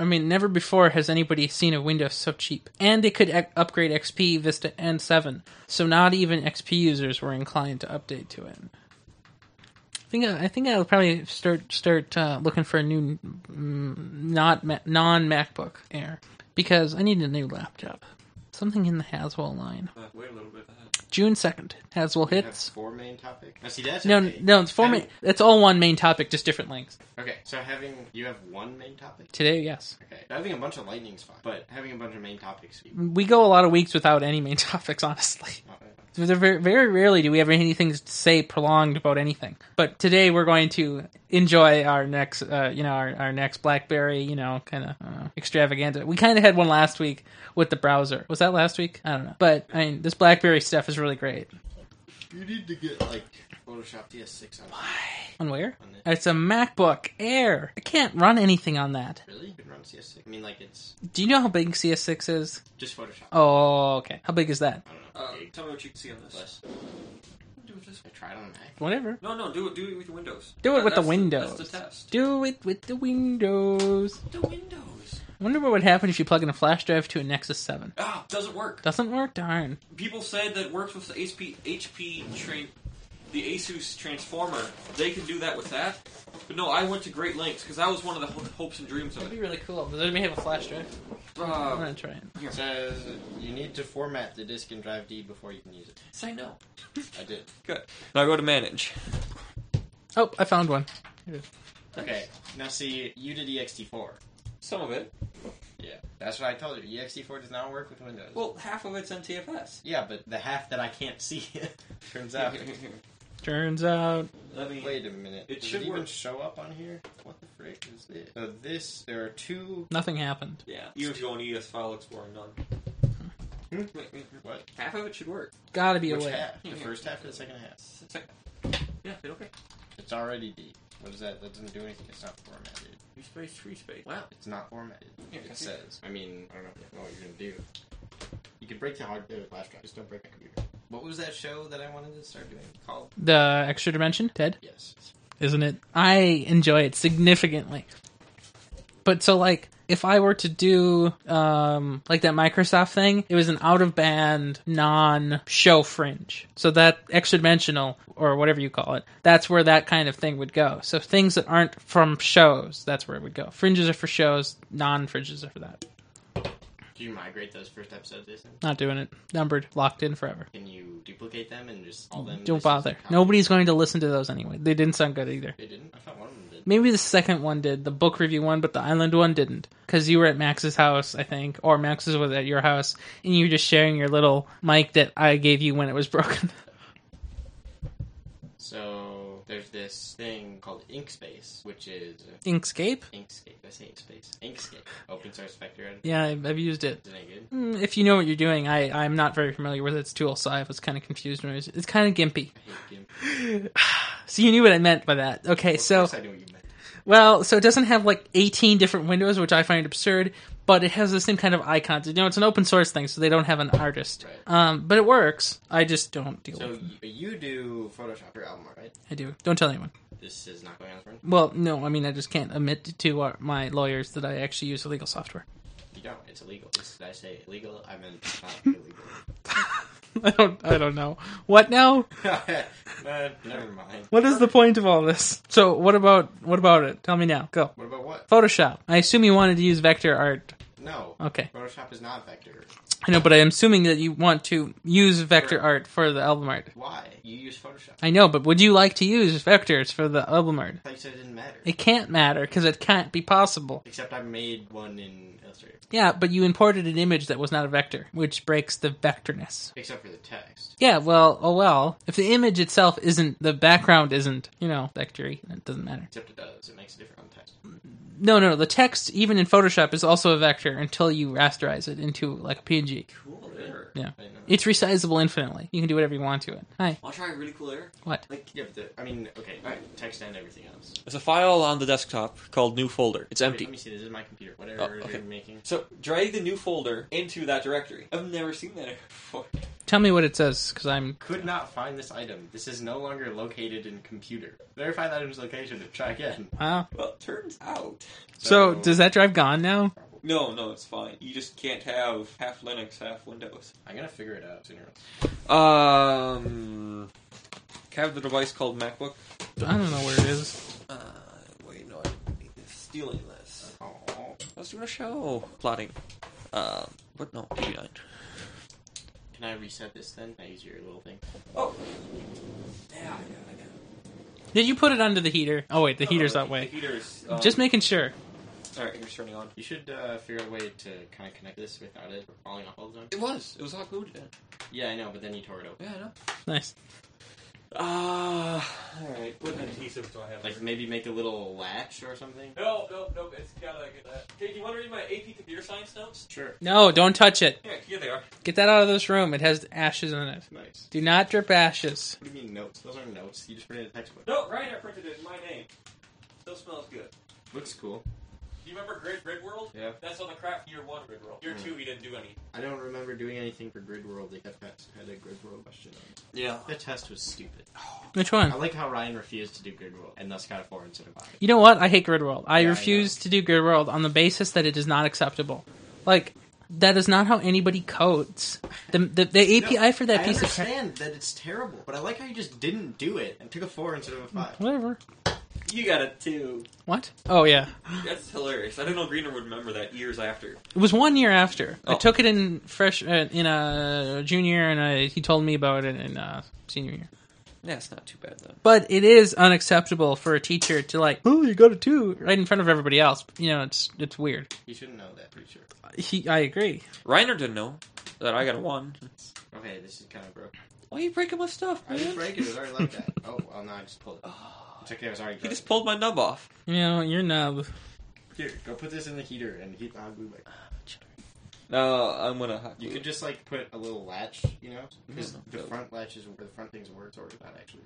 Speaker 2: I mean, never before has anybody seen a Windows so cheap. And they could ac- upgrade XP, Vista, and 7. So not even XP users were inclined to update to it. I think I think I'll probably start start uh, looking for a new mm, not Ma- non MacBook Air because I need a new laptop. Something in the Haswell line.
Speaker 5: Uh, wait a little bit. Uh,
Speaker 2: June 2nd, Haswell
Speaker 5: we have
Speaker 2: hits.
Speaker 5: four main topics. I see that's
Speaker 2: No,
Speaker 5: okay.
Speaker 2: no, it's four
Speaker 5: Having-
Speaker 2: main, it's all one main topic, just different lengths.
Speaker 5: Okay, so having you have one main topic.
Speaker 2: Today, yes.
Speaker 5: Okay, having a bunch of lightning's fine, but having a bunch of main topics.
Speaker 2: We go a lot of weeks without any main topics, honestly. There- Very, very rarely do we have anything to say prolonged about anything. But today we're going to enjoy our next, uh, you know, our, our next BlackBerry, you know, kind of uh, extravaganza. We kind of had one last week with the browser. Was that last week? I don't know. But I mean, this BlackBerry stuff is really great.
Speaker 5: You need to get like Photoshop CS6 on.
Speaker 2: On where? It's a MacBook Air. I can't run anything on that.
Speaker 5: Really? You can run CS6. I mean, like it's
Speaker 2: Do you know how big CS6 is?
Speaker 5: just Photoshop.
Speaker 2: Oh, okay. How big is that?
Speaker 5: I don't know.
Speaker 3: Uh,
Speaker 5: gig
Speaker 3: tell me what you can see on this.
Speaker 5: plus. I tried on a Mac.
Speaker 2: Whatever.
Speaker 3: No, no, do it. Do it with Windows.
Speaker 2: Do it with the
Speaker 3: that's
Speaker 2: Windows.
Speaker 3: that's the test.
Speaker 2: Do it with the Windows.
Speaker 3: The Windows.
Speaker 2: Wonder what would happen if you plug in a flash drive to a Nexus 7.
Speaker 3: Ah, doesn't work.
Speaker 2: Doesn't work? Darn.
Speaker 3: People said that works with the HP HP train, the Asus transformer. They can do that with that. But no, I went to great lengths because that was one of the ho- hopes and dreams of
Speaker 2: That'd
Speaker 3: it.
Speaker 2: be really cool. Does anybody have a flash drive? I'm
Speaker 3: Uh,
Speaker 2: gonna try it.
Speaker 5: It says you need to format the disk and drive D before you can use it.
Speaker 3: say no.
Speaker 5: I did.
Speaker 3: Good. Now go to manage.
Speaker 2: Oh, I found one.
Speaker 5: Okay, now see, you did E ext4.
Speaker 3: Some of it.
Speaker 5: Yeah, that's what I told you. E ext4 does not work with Windows.
Speaker 3: Well, half of it's NTFS.
Speaker 5: yeah, but the half that I can't see turns out.
Speaker 2: Turns out.
Speaker 3: Let me.
Speaker 5: Wait a minute.
Speaker 3: It
Speaker 5: Does
Speaker 3: should
Speaker 5: it even
Speaker 3: work.
Speaker 5: show up on here? What the frick is this? So this, there are two.
Speaker 2: Nothing happened.
Speaker 3: Yeah. Years ago on ES E File Explorer, none.
Speaker 5: Hmm? What?
Speaker 3: Half of it should work.
Speaker 2: Gotta be a
Speaker 5: Which
Speaker 2: way.
Speaker 5: half? The
Speaker 3: Hmm.
Speaker 5: first half or the second half?
Speaker 3: It's like- Yeah, they don't care.
Speaker 5: It's already D. What is that? That doesn't do anything. It's not formatted.
Speaker 3: Free space, free space. Wow.
Speaker 5: It's not formatted.
Speaker 3: Yeah,
Speaker 5: It
Speaker 3: it's-
Speaker 5: says. I mean, I don't know what you're gonna do. You can break the hard uh, flash drive. Just don't break my computer. What was that show that I wanted to start doing called?
Speaker 2: The extra dimension, Ted,
Speaker 5: Yes. It's
Speaker 2: isn't it? I enjoy it significantly. But so, like, if I were to do, um, like that Microsoft thing, it was an out of band, non show fringe. So that extra dimensional, or whatever you call it, that's where that kind of thing would go. So things that aren't from shows, that's where it would go. Fringes are for shows, non fringes are for that.
Speaker 5: Do you migrate those first episodes? Jason?
Speaker 2: Not doing it. Numbered, locked in forever.
Speaker 5: Can you duplicate them and just all them?
Speaker 2: Don't
Speaker 5: just
Speaker 2: bother.
Speaker 5: copy?
Speaker 2: Nobody's going to listen to those anyway. They didn't sound good either.
Speaker 5: They didn't. I thought one of them did.
Speaker 2: Maybe the second one did, the book review one, but the island one didn't. Because you were at Max's house, I think, or Max's was at your house, and you were just sharing your little mic that I gave you when it was broken.
Speaker 5: So there's this thing called Inkspace, which is
Speaker 2: Inkscape?
Speaker 5: Inkscape. Did I say Inkspace. Inkscape. Open source vector. editor.
Speaker 2: Yeah, I've, I've used it.
Speaker 5: Isn't it good?
Speaker 2: Mm, If you know what you're doing, I, I'm not very familiar with its tool, so I was kind of confused when it was. It's kind of gimpy.
Speaker 5: I hate GIMP.
Speaker 2: So you knew what I meant by that. Okay,
Speaker 5: Of
Speaker 2: so.
Speaker 5: course I knew what you meant.
Speaker 2: Well, so it doesn't have like 18 different windows, which I find absurd, but it has the same kind of icons. You know, it's an open source thing, so they don't have an artist.
Speaker 5: Right.
Speaker 2: Um, but it works. I just don't deal
Speaker 5: So
Speaker 2: with it.
Speaker 5: you, you do Photoshop your album art, right?
Speaker 2: I do. Don't tell anyone.
Speaker 5: This is not going on the front.
Speaker 2: Well, no, I mean, I just can't admit to our, my lawyers that I actually use illegal software.
Speaker 5: You don't. It's illegal. This- Did I say illegal? I meant not illegal.
Speaker 2: I don't. I don't know. What now?
Speaker 5: Uh, never mind.
Speaker 2: What is the point of all this? So, what about what about it? Tell me now. Go.
Speaker 5: What about what?
Speaker 2: Photoshop. I assume you wanted to use vector art.
Speaker 5: No.
Speaker 2: Okay.
Speaker 5: Photoshop is not vector.
Speaker 2: I know, but I'm assuming that you want to use vector art for the album art.
Speaker 5: Why? You use Photoshop. I
Speaker 2: I know, but would you like to use vectors for the album art?
Speaker 5: thought you said it didn't matter.
Speaker 2: It can't matter because it can't be possible.
Speaker 5: Except I made one in Illustrator.
Speaker 2: Yeah, but you imported an image that was not a vector, which breaks the vectorness.
Speaker 5: Except for the text.
Speaker 2: Yeah, well, oh well. If the image itself isn't, the background isn't, you know, vectory, it doesn't matter.
Speaker 5: Except it does. It makes a difference on text.
Speaker 2: No, no, the text, even in Photoshop, is also a vector until you rasterize it into, like, a PNG.
Speaker 3: Cool error.
Speaker 2: Yeah.
Speaker 5: I know.
Speaker 2: It's resizable infinitely. You can do whatever you want to it. Hi.
Speaker 3: I'll try a really cool error.
Speaker 2: What?
Speaker 5: Like, yeah, but the, I mean, okay, alright, text and everything else.
Speaker 3: There's a file on the desktop called new folder. It's
Speaker 5: Wait,
Speaker 3: empty.
Speaker 5: let me see, this is my computer. Whatever
Speaker 3: Oh, okay.
Speaker 5: you're making.
Speaker 3: So drag the new folder into that directory. I've never seen that error before.
Speaker 2: Tell me what it says, because I'm.
Speaker 5: Could not find this item. This is no longer located in computer. Verify the item's location and try again.
Speaker 2: Wow.
Speaker 3: Well, it turns out.
Speaker 2: ah. So,
Speaker 5: So-
Speaker 2: does that drive gone now?
Speaker 3: No, no, it's fine. You just can't have half Linux, half Windows.
Speaker 5: I'm gonna figure it out sooner.
Speaker 3: Um. Have the device called MacBook.
Speaker 2: I don't know where it is.
Speaker 3: Uh, wait, no, I didn't need this. Stealing this.
Speaker 5: Oh,
Speaker 3: I was doing a show. Plotting.
Speaker 8: Uh,
Speaker 3: Um, what? No, 89.
Speaker 5: Can I reset this then? Can I use your little thing.
Speaker 8: Oh.
Speaker 2: Yeah, you put it under the heater. Oh wait, the heater's
Speaker 8: Uh,
Speaker 2: that way.
Speaker 5: Heaters.
Speaker 8: um,
Speaker 2: Just making sure.
Speaker 3: All right, here's turning on.
Speaker 5: You should uh, figure out a way to kind of connect this without it falling off all the time.
Speaker 3: It was. It was hot glued. then.
Speaker 5: Yeah, I know, but then you tore it open.
Speaker 3: Yeah, I know.
Speaker 2: Nice.
Speaker 3: Ah, all right.
Speaker 8: What adhesive do I have?
Speaker 5: Like maybe make a little latch or something.
Speaker 8: no, no, no. It's gotta get that. Jake, you want to read my AP computer science notes?
Speaker 5: Sure.
Speaker 2: No, don't touch it.
Speaker 8: Yeah, here they are.
Speaker 2: Get that out of this room. It has ashes in it.
Speaker 5: Nice.
Speaker 2: Do not drip ashes.
Speaker 5: What do you mean notes? Those aren't notes. You just printed a textbook.
Speaker 8: No, Ryan printed it in my name. Still smells good.
Speaker 5: Looks cool.
Speaker 8: Do you remember Grid Grid World?
Speaker 5: Yeah.
Speaker 8: That's on the craft year one Grid World. Year two, we didn't do any.
Speaker 5: I don't remember doing anything for Grid World except that I had a Grid World question on
Speaker 3: Yeah.
Speaker 5: it. The test was stupid.
Speaker 2: Which
Speaker 5: I
Speaker 2: one?
Speaker 5: like how Ryan refused to do Grid World and thus got a four instead of a five.
Speaker 2: You know what? I hate Grid World. I
Speaker 5: Yeah, I
Speaker 2: refuse to do Grid World on the basis that it is not acceptable. Like that is not how anybody codes. The the, the API for that
Speaker 5: I
Speaker 2: piece of crap.
Speaker 5: understand that it's terrible, but I like how you just didn't do it and took a four instead of a five.
Speaker 2: Whatever.
Speaker 8: You got it too.
Speaker 2: What? Oh yeah.
Speaker 8: That's hilarious. I didn't know Greener would remember that years after.
Speaker 2: It was one year after. I
Speaker 3: Oh.
Speaker 2: took it in fresh uh, in a junior, year, and I, he told me about it in uh, senior year.
Speaker 3: Yeah, it's not too bad though.
Speaker 2: But it is unacceptable for a teacher to like, oh, you got a two right in front of everybody else. You know, it's it's weird.
Speaker 5: You shouldn't know that, pretty sure.
Speaker 2: He, I agree.
Speaker 3: Reiner didn't know that I got a one.
Speaker 5: Okay, this is kind of broken.
Speaker 3: Why are you breaking my stuff,
Speaker 5: I
Speaker 3: man?
Speaker 5: didn't break it. It was already like that. Oh, well, no, I just pulled it. It's okay. It was already
Speaker 3: He
Speaker 5: broken.
Speaker 3: just pulled my nub off.
Speaker 2: You know, you're nub.
Speaker 5: Here, go put this in the heater and heat the hot glue back.
Speaker 3: No, I'm gonna. Hot
Speaker 5: You
Speaker 3: glue
Speaker 5: could
Speaker 3: it.
Speaker 5: just like put a little latch, you know,
Speaker 2: Mm-hmm.
Speaker 5: because
Speaker 3: Mhm.
Speaker 5: the front latch is where the front things works, or not actually.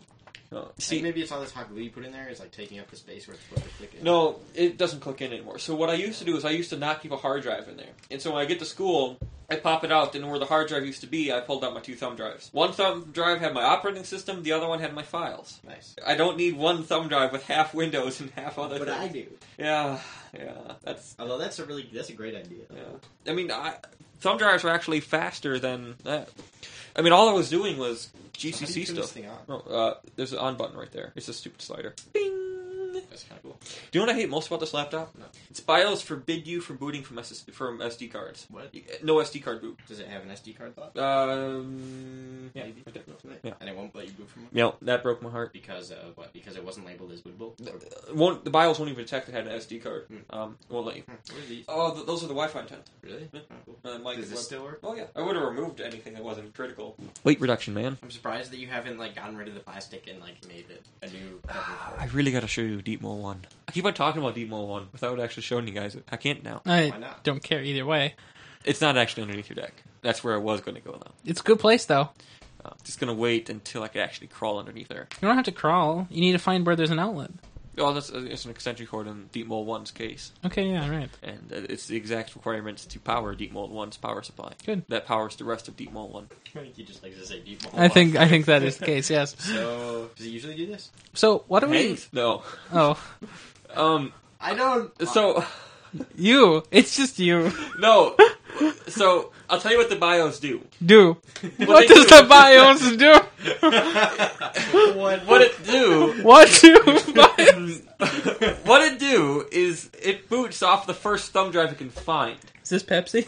Speaker 3: No.
Speaker 5: See,
Speaker 3: see.
Speaker 5: maybe it's all this hot glue you put in there is like taking up the space where it's supposed to click in.
Speaker 3: No, it doesn't click in anymore. So what I used to do is I used to not keep a hard drive in there. And so when I get to school, I pop it out, and where the hard drive used to be, I pulled out my two thumb drives. One thumb drive had my operating system, the other one had my files.
Speaker 5: nice.
Speaker 3: I don't need one thumb drive with half Windows and half other
Speaker 5: But
Speaker 3: things.
Speaker 5: I do.
Speaker 3: Yeah, yeah. That's
Speaker 5: Although that's a really that's a great idea.
Speaker 3: yeah. I mean, I, thumb drives are actually faster than that. I mean, all I was doing was
Speaker 5: How do
Speaker 3: GCC
Speaker 5: you turn This
Speaker 3: stuff.
Speaker 5: thing on?
Speaker 3: No, uh, there's an on button right there. It's a stupid slider. Bing.
Speaker 5: That's kind of cool.
Speaker 3: Do you know what I hate most about this laptop?
Speaker 5: No.
Speaker 3: Its BIOS forbid you from booting from, SS- from SD cards. uh,
Speaker 5: What
Speaker 3: No SD card boot.
Speaker 5: does it have an SD card slot?
Speaker 3: Um, yeah.
Speaker 5: Maybe.
Speaker 3: Yeah.
Speaker 5: And it won't let you boot from it
Speaker 3: No, that broke my heart.
Speaker 5: because of what? Because it wasn't labeled as bootable. Or-
Speaker 3: It Won't the BIOS won't even detect it had an SD card.
Speaker 5: Hmm.
Speaker 3: Um, it won't let you.
Speaker 5: Hmm, What are these?
Speaker 3: Oh, th- those are the Wi-Fi antennas.
Speaker 5: Really?
Speaker 3: Yeah.
Speaker 5: Oh, cool.
Speaker 3: Uh, Mike,
Speaker 5: Does
Speaker 3: what-
Speaker 5: this still work?
Speaker 3: Oh yeah, I would have removed anything that wasn't critical. Weight reduction, man.
Speaker 5: I'm surprised that you haven't like gotten rid of the plastic and like made it a new cover for
Speaker 3: I really got to show you Deepmo One. I keep on talking about Deepmo One without actually showing you guys it. I can't now.
Speaker 2: I
Speaker 5: Why not?
Speaker 2: don't care either way.
Speaker 3: It's not actually underneath your deck. That's where I was going to go now.
Speaker 2: It's a good place though.
Speaker 3: Uh, just gonna wait until I can actually crawl underneath there.
Speaker 2: You don't have to crawl. You need to find where there's an outlet.
Speaker 3: Oh, that's uh, it's an extension cord in Deep Mold One's case,
Speaker 2: Okay, yeah, right.
Speaker 3: and uh, it's the exact requirements to power Deep Mold One's power supply.
Speaker 2: Good.
Speaker 3: That powers the rest of Deep Mold One.
Speaker 5: it. I think he just likes to say deep.
Speaker 2: I think I think that is the case. Yes.
Speaker 5: So does he usually do this?
Speaker 2: So what do we?
Speaker 3: Hangs? No.
Speaker 2: Oh,
Speaker 3: Um.
Speaker 5: I don't.
Speaker 3: So
Speaker 2: you. It's just you.
Speaker 3: no. So I'll tell you what the bios do.
Speaker 2: Do.
Speaker 3: they
Speaker 2: What does
Speaker 3: do-
Speaker 2: the BIOS do?
Speaker 5: what?
Speaker 3: What it do?
Speaker 2: What do? BIOS?
Speaker 3: what it do is it boots off the first thumb drive it can find.
Speaker 2: Is this Pepsi?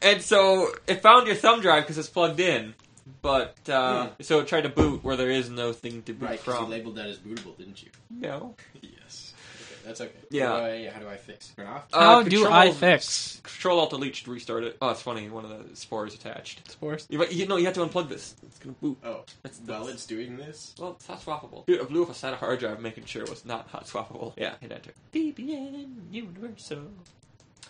Speaker 3: And so it found your thumb drive because it's plugged in, but uh, so it tried to boot where there is no thing to boot
Speaker 5: Hmm. Right, because you
Speaker 3: from.
Speaker 5: labeled that as bootable, didn't you?
Speaker 3: No.
Speaker 5: Yes. Okay, that's okay.
Speaker 3: Yeah.
Speaker 5: How do I, how do I fix? Turn off.
Speaker 3: Uh,
Speaker 2: How do I
Speaker 3: control-
Speaker 2: fix?
Speaker 3: Control Alt Delete should restart it. Oh, it's funny. One of the spores attached.
Speaker 2: It's forced.
Speaker 3: You, you know you have to unplug this. It's gonna boot.
Speaker 5: oh,
Speaker 3: That's-
Speaker 5: while
Speaker 3: that's-
Speaker 5: it's doing this.
Speaker 3: Well, it's hot swappable. Dude, I blew up a SATA hard drive, making sure it was not hot swappable. Yeah, hit enter. BBN Universal.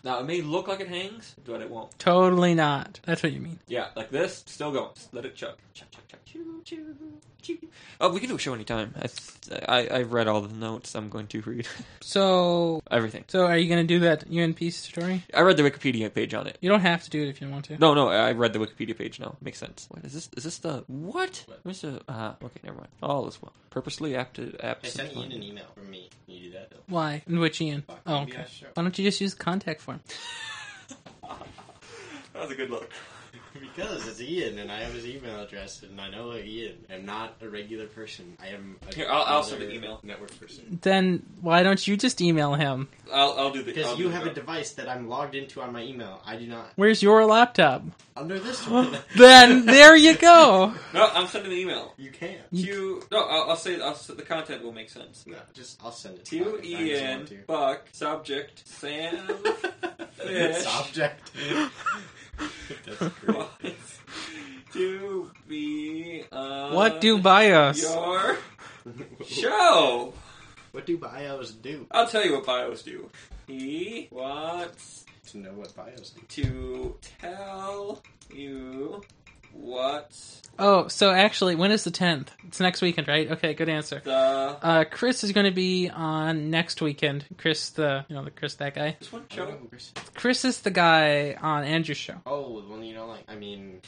Speaker 3: Now it may look like it hangs, but it won't.
Speaker 2: Totally not. That's what you mean.
Speaker 3: Yeah, like this, still going. Just let it chug. Chug, chug, chug. Choo, choo, choo. Oh, we can do a show anytime. I, I, I've read all the notes I'm going to read.
Speaker 2: So,
Speaker 3: Everything.
Speaker 2: so are you gonna do that UNP story?
Speaker 3: I read the Wikipedia page on it.
Speaker 2: You don't have to do it if you don't want to.
Speaker 3: No, no, I read the Wikipedia page now. Makes sense. What is this? Is this the what? Where's the? Uh, okay, never mind. All is well. Purposely apted
Speaker 5: I sent Ian an
Speaker 3: absent.
Speaker 5: email from me. Can you do that? Bill?
Speaker 2: Why? And which Ian?
Speaker 5: Fuck,
Speaker 2: Oh,
Speaker 5: maybe
Speaker 2: okay.
Speaker 5: I should.
Speaker 2: Why don't you just use the contact form?
Speaker 3: That was a good look.
Speaker 5: because it's Ian, and I have his email address, and I know Ian. I'm not a regular person. I am. A
Speaker 3: Here, I'll- I'll send
Speaker 5: another
Speaker 3: an email.
Speaker 5: Network person.
Speaker 2: Then why don't you just email him?
Speaker 3: I'll, I'll do the. I'll
Speaker 5: Because
Speaker 3: do
Speaker 5: you
Speaker 3: the
Speaker 5: have a
Speaker 3: job.
Speaker 5: device that I'm logged into on my email. I do not.
Speaker 2: Where's your laptop?
Speaker 5: Under this one,
Speaker 2: Then there you go.
Speaker 3: No, I'm sending an email.
Speaker 5: you can't.
Speaker 3: Q. No, I'll, I'll say. I'll say the content will make sense.
Speaker 5: No, just I'll send it to
Speaker 3: Q
Speaker 5: Ian.
Speaker 3: Ian Buck subject Sam Fish
Speaker 5: Subject. That's great.
Speaker 3: to be uh,
Speaker 2: What do bios?
Speaker 3: your show?
Speaker 5: What do bios do?
Speaker 3: I'll tell you what bios do. He wants
Speaker 5: To know what bios do.
Speaker 3: to tell you what
Speaker 2: Oh, so actually, when is the tenth? It's next weekend, right? Okay, good answer.
Speaker 3: the
Speaker 2: Uh, Chris is going to be on next weekend. Chris, the you know the Chris that guy.
Speaker 3: this one show.
Speaker 2: Chris is the guy on Andrew's show.
Speaker 5: Oh, the one you don't like. I mean,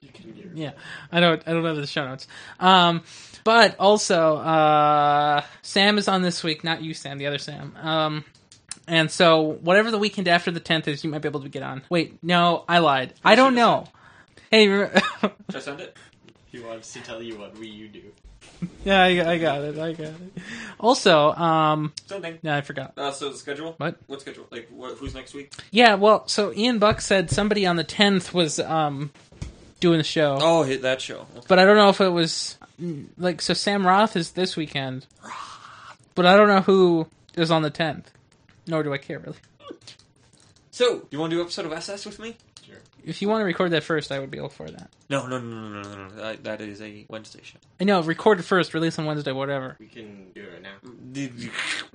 Speaker 5: you can get. rid of
Speaker 2: Yeah, I don't I don't have the show notes. Um, but also, uh, Sam is on this week. Not you, Sam. The other Sam. Um, and so whatever the weekend after the tenth is, you might be able to get on. Wait, no, I lied. I don't know. Hey, re-
Speaker 3: Should I send it?
Speaker 5: He wants to tell you what we you do.
Speaker 2: yeah, I, I got it. I got it. Also, um,
Speaker 3: Something.
Speaker 2: no, I forgot.
Speaker 3: Uh, so the schedule.
Speaker 2: What?
Speaker 3: What schedule? Like what, who's next week?
Speaker 2: Yeah, well, so Ian Buck said somebody on the tenth was um doing the show,
Speaker 3: Oh, hit that show.
Speaker 2: but I don't know if it was mm, like so. Sam Roth is this weekend, but I don't know who is on the tenth. Nor do I care really.
Speaker 3: So, you want to do an episode of SS with me?
Speaker 2: If you want to record that first, I would be all for that.
Speaker 3: No, no, no, no, no, no, no. That, that is a Wednesday show.
Speaker 2: I know, record it first, release on Wednesday, whatever.
Speaker 5: We can do it right
Speaker 3: Mm-hmm.
Speaker 5: now.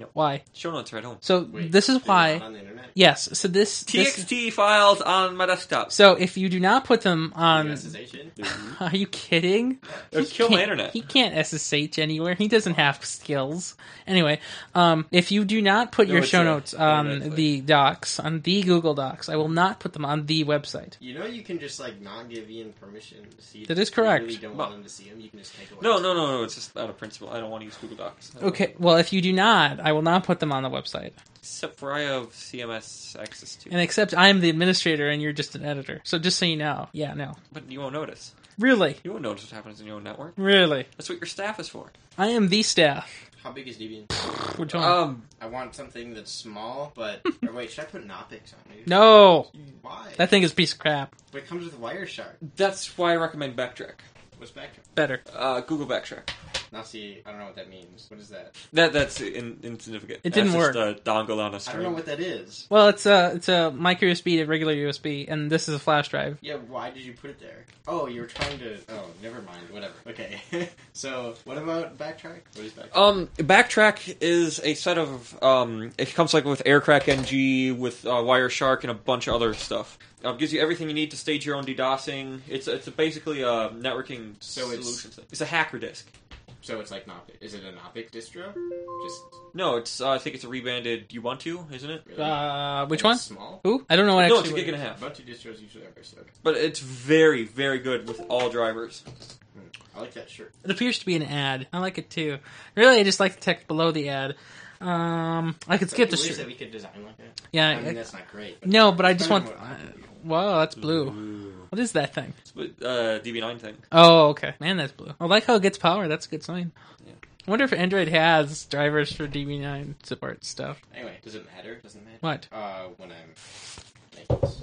Speaker 3: No.
Speaker 2: Why?
Speaker 3: Show notes are at home.
Speaker 2: So
Speaker 5: Wait,
Speaker 2: this is
Speaker 5: they're not
Speaker 2: why.
Speaker 5: on the internet.
Speaker 2: Yes. So this. this
Speaker 3: TXT files on my desktop.
Speaker 2: so if you do not put them on.
Speaker 5: Monetization?
Speaker 2: Are you kidding?
Speaker 3: It'll
Speaker 2: He
Speaker 3: kill my
Speaker 2: can't-
Speaker 3: internet.
Speaker 2: He can't SSH anywhere. He doesn't have skills. Anyway, um, if you do not put
Speaker 3: No,
Speaker 2: your
Speaker 3: it's
Speaker 2: show
Speaker 3: a-
Speaker 2: notes
Speaker 3: it's
Speaker 2: on
Speaker 3: like-
Speaker 2: the docs, on the Google Docs, I will not put them on the website.
Speaker 5: You know you can just like not give Ian permission to see.
Speaker 2: That
Speaker 5: it.
Speaker 2: is
Speaker 5: If you
Speaker 2: correct.
Speaker 5: really don't
Speaker 3: Well-
Speaker 5: want him to see him. You can just take away.
Speaker 3: No, no, no, no. It's just out of principle. I don't want to use Google Docs. I don't-
Speaker 2: Okay, well, if you do not, I will not put them on the website.
Speaker 3: Except for I have CMS access to.
Speaker 2: And except I'm the administrator and you're just an editor. So just so you know. Yeah, no.
Speaker 3: But you won't notice.
Speaker 2: Really?
Speaker 3: You won't notice what happens in your own network.
Speaker 2: Really?
Speaker 3: That's what your staff is for.
Speaker 2: I am the staff.
Speaker 5: How big is Debian?
Speaker 2: Which one?
Speaker 3: Um,
Speaker 5: I want something that's small, but or wait, should I put Nopix on it?
Speaker 2: no!
Speaker 5: Why?
Speaker 2: That thing is a piece of crap.
Speaker 5: But it comes with Wireshark.
Speaker 3: that's why I recommend Backtrack.
Speaker 5: What's Spectrum?
Speaker 2: Better.
Speaker 3: Uh, Google Backtrack.
Speaker 5: Now see, I don't know what that means. What is that?
Speaker 3: That that's in, insignificant.
Speaker 2: It didn't
Speaker 3: that's Just a dongle on a
Speaker 5: I
Speaker 3: string.
Speaker 5: don't know what that is.
Speaker 2: Well, it's a it's uh, a micro USB to regular USB, and this is a flash drive.
Speaker 5: Yeah, why did you put it there? Oh, you were trying to. Oh, never mind. Whatever. Okay. so, what about backtrack? What is
Speaker 2: Oh.
Speaker 5: backtrack?
Speaker 3: Um, Backtrack is a set of um, it comes like with Aircrack NG, with uh, Wireshark, and a bunch of other stuff. Um, gives you everything you need to stage your own DDoSing. It's it's basically a networking
Speaker 5: So it's-
Speaker 3: solution. It's, it's a hacker disk.
Speaker 5: So it's like Nopix. Is it a Nopix distro? Just
Speaker 3: No, it's uh, I think it's a rebanded Ubuntu, isn't it?
Speaker 5: really
Speaker 2: Uh, which
Speaker 5: It's
Speaker 2: one?
Speaker 5: Small.
Speaker 2: Who? I don't know what
Speaker 3: no, it's
Speaker 2: actually.
Speaker 3: a gig and a
Speaker 5: A
Speaker 3: half.
Speaker 5: bunch of distros usually are so.
Speaker 3: But it's very very good with all drivers.
Speaker 5: I like that shirt.
Speaker 2: It appears to be an ad. I like it too. Really, I just like the text below the ad. Um, I could skip the
Speaker 5: Wish that
Speaker 2: shirt.
Speaker 5: we could design like that.
Speaker 2: Yeah.
Speaker 5: I mean,
Speaker 2: I-
Speaker 5: that's not great. but-
Speaker 2: no, but I just want.
Speaker 5: Better than what I do.
Speaker 2: Whoa, that's blue. What is that thing?
Speaker 3: It's with, uh, DB9 thing.
Speaker 2: Oh, okay. Man, that's blue. I like how it gets power. That's a good sign. I wonder if Android has drivers for DB9 support stuff.
Speaker 5: Anyway, does it matter? Doesn't matter.
Speaker 2: What?
Speaker 5: Uh, when I'm. making this.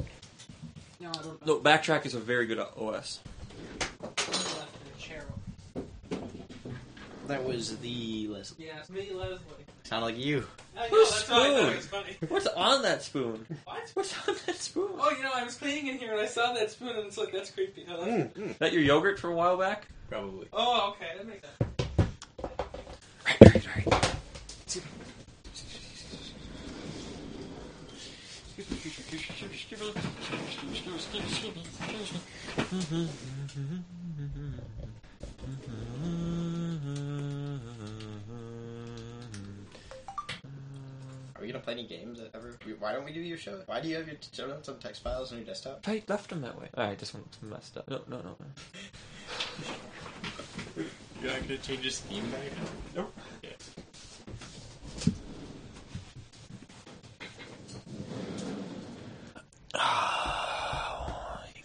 Speaker 2: No, I don't
Speaker 3: No, Backtrack is a very good OS.
Speaker 5: That was the list.
Speaker 2: Yeah, it's me, Leslie.
Speaker 5: Sound like you.
Speaker 3: Who's spoon?
Speaker 2: funny.
Speaker 3: What's on that spoon? What's on that spoon?
Speaker 2: Oh, you know, I was cleaning in here and I saw that spoon and it's like, that's creepy. Oh,
Speaker 5: Hmm,
Speaker 2: that's-
Speaker 3: Is that your yogurt from a while back?
Speaker 5: Probably.
Speaker 2: oh, okay, that makes sense.
Speaker 5: Are we gonna play any games ever? Why don't we do your show? Why do you have your show notes on text files on your desktop?
Speaker 3: I left them that way. Alright, this one's messed up. No, no, no. no.
Speaker 5: You're not gonna change this theme back?
Speaker 3: Nope.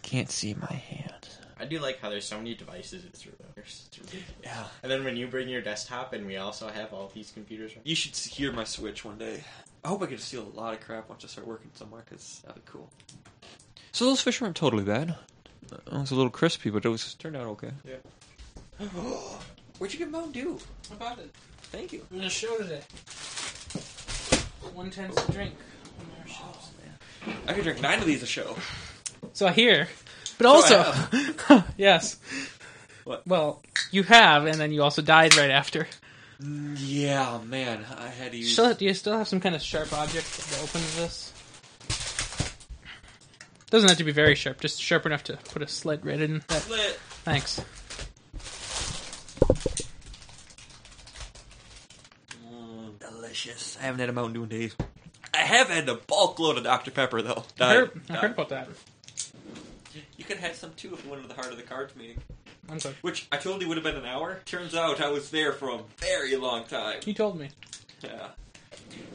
Speaker 3: can't see my hand.
Speaker 5: I do like how there's so many devices in this room. It's ridiculous.
Speaker 3: Yeah.
Speaker 5: And then when you bring your desktop, and we also have all these computers.
Speaker 3: You should s- hear my Switch one day. I hope I can steal a lot of crap once I start working somewhere, because that'd be cool. So those fish weren't totally bad. Uh, It was a little crispy, but it was turned out okay.
Speaker 5: Yeah.
Speaker 3: Where'd you get Mountain Dew?
Speaker 2: How about it?
Speaker 3: Thank you.
Speaker 2: I'm gonna show today. One tenth to drink. on our shows.
Speaker 3: I could drink nine of these a show.
Speaker 2: So I hear, but also, yes.
Speaker 3: What?
Speaker 2: Well, you have, and then you also died right after.
Speaker 3: Yeah, man, I had to use.
Speaker 2: Still, do you still have some kind of sharp object that opens this? Doesn't have to be very sharp, just sharp enough to put a slit right in. That.
Speaker 3: Lit.
Speaker 2: Thanks.
Speaker 3: Mm, delicious. I haven't had a Mountain Dew in days. I have had a bulk load of Dr Pepper though.
Speaker 2: I heard,
Speaker 3: Died.
Speaker 2: I heard
Speaker 3: Died.
Speaker 2: about that.
Speaker 3: You could have had some too if you went to the Heart of the Cards meeting,
Speaker 2: I'm sorry.
Speaker 3: which I told you would have been an hour. Turns out I was there for a very long time.
Speaker 2: You told me.
Speaker 3: Yeah.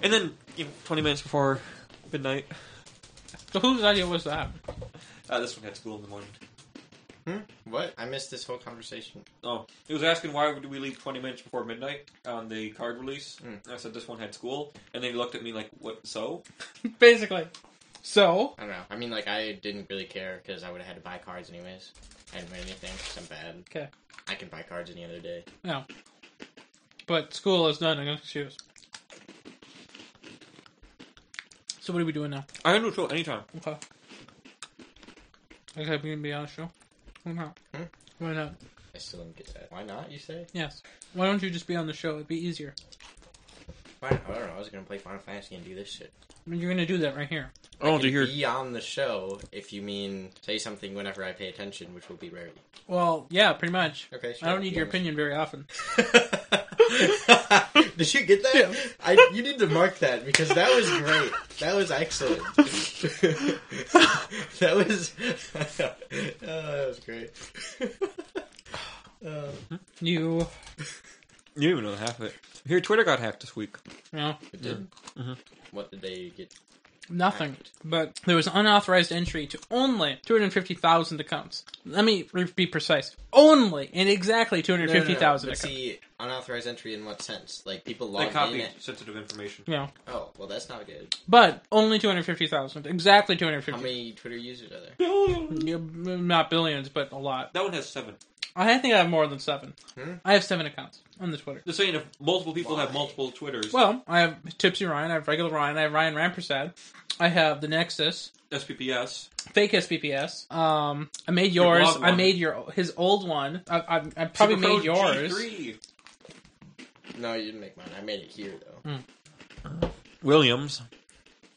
Speaker 3: And then you know, 20 minutes before midnight,
Speaker 2: So whose idea was that?
Speaker 3: uh, this one had school in the morning.
Speaker 5: Hmm? What? I missed this whole conversation.
Speaker 3: Oh, he was asking why would we leave 20 minutes before midnight on the card release.
Speaker 5: Mm.
Speaker 3: And I said this one had school, and then he looked at me like, "What? So?"
Speaker 2: Basically. So,
Speaker 5: I don't know. I mean, like, I didn't really care because I would have had to buy cards anyways. I didn't win anything 'cause I'm bad.
Speaker 2: okay.
Speaker 5: I can buy cards any other day.
Speaker 2: No. But school is not an excuse. So what are we doing now?
Speaker 3: I can do so anytime.
Speaker 2: Okay. Okay, we can be on the show. Why not?
Speaker 5: Hmm?
Speaker 2: Why not?
Speaker 5: I still didn't get that. Why not? You say?
Speaker 2: Yes. Why don't you just be on the show? It'd be easier.
Speaker 5: Why not? I don't know. I was gonna play Final Fantasy and do this shit.
Speaker 2: I mean, you're gonna do that right here.
Speaker 3: I want to hear.
Speaker 5: Be on the show if you mean say something whenever I pay attention, which will be rarely.
Speaker 2: Well, yeah, pretty much.
Speaker 5: Okay,
Speaker 2: I
Speaker 5: sure.
Speaker 2: don't need your
Speaker 5: Yeah.
Speaker 2: opinion very often.
Speaker 5: Did you get that? I, you need to mark that because that was great. That was excellent. that was oh, that was great. Uh,
Speaker 2: You,
Speaker 3: You don't even know half of it. Here, Twitter got hacked this week.
Speaker 2: you know,
Speaker 5: it did.
Speaker 2: Mm-hmm.
Speaker 5: What did they get?
Speaker 2: nothing. But there was unauthorized entry to only 250,000 accounts. Let me re- be precise. Only and exactly 250,000
Speaker 5: But
Speaker 2: accounts.
Speaker 5: see, unauthorized entry in what sense? Like people
Speaker 3: They
Speaker 5: log in.
Speaker 3: copied
Speaker 5: At,
Speaker 3: sensitive information.
Speaker 2: You know,
Speaker 5: oh, well, that's not good.
Speaker 2: but only 250,000. Exactly
Speaker 5: How
Speaker 2: 250.
Speaker 5: many Twitter users are there?
Speaker 2: Yeah, m- Not billions, but a lot.
Speaker 3: That one has seven.
Speaker 2: I think I have more than seven. I have seven accounts on the Twitter.
Speaker 3: They're saying if multiple people
Speaker 5: Why?
Speaker 3: have multiple Twitters,
Speaker 2: Well, I have Tipsy Ryan, I have regular Ryan, I have Ryan Rampersad, I have the Nexus,
Speaker 3: SPPS.
Speaker 2: fake SPPS. Um, I made
Speaker 3: Your
Speaker 2: yours.
Speaker 3: blog
Speaker 2: I
Speaker 3: one.
Speaker 2: made your his old one. I, I, I probably
Speaker 3: Supercode
Speaker 2: made yours.
Speaker 3: G3.
Speaker 5: No, you didn't make mine. I made it here
Speaker 2: Hmm.
Speaker 5: though.
Speaker 3: Williams.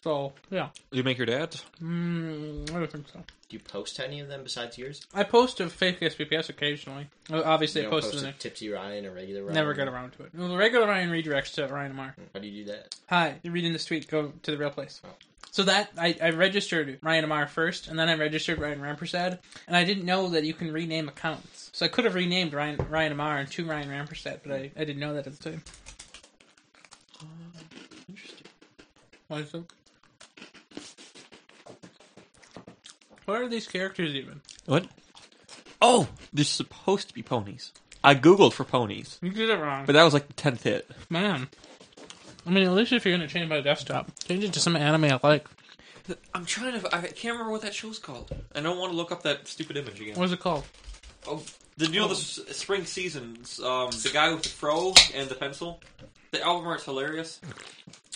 Speaker 2: So yeah,
Speaker 3: You make your dad's?
Speaker 2: mm, I don't think so.
Speaker 5: Do you post to any of them besides yours?
Speaker 2: I post to fake SPPS occasionally. Uh, Obviously,
Speaker 5: you
Speaker 2: I
Speaker 5: don't
Speaker 2: post to the
Speaker 5: to
Speaker 2: next.
Speaker 5: Tipsy Ryan or regular Ryan.
Speaker 2: Never get around to it. Well, the regular Ryan redirects to Ryan Amar.
Speaker 5: How do you do that?
Speaker 2: Hi, you're reading this tweet. Go to the real place.
Speaker 5: Oh.
Speaker 2: So that I, I registered Ryan Amar first, and then I registered Ryan Rampersad, and I didn't know that you can rename accounts. So I could have renamed Ryan Ryan Amar and two Ryan Rampersad, but I, I didn't know that at the time.
Speaker 3: Interesting.
Speaker 2: What is it? What are these characters even?
Speaker 3: What? Oh, they're supposed to be ponies. I googled for ponies,
Speaker 2: You did it wrong,
Speaker 3: but that was like the tenth hit.
Speaker 2: man. I mean, at least if you're gonna change my desktop, change it to some anime I like.
Speaker 3: I'm trying to. I can't remember what that show's called. I don't want to look up that stupid image again.
Speaker 2: What is it called?
Speaker 3: Oh, the you know the s- spring seasons. Um, the guy with the fro and the pencil. The album art's hilarious.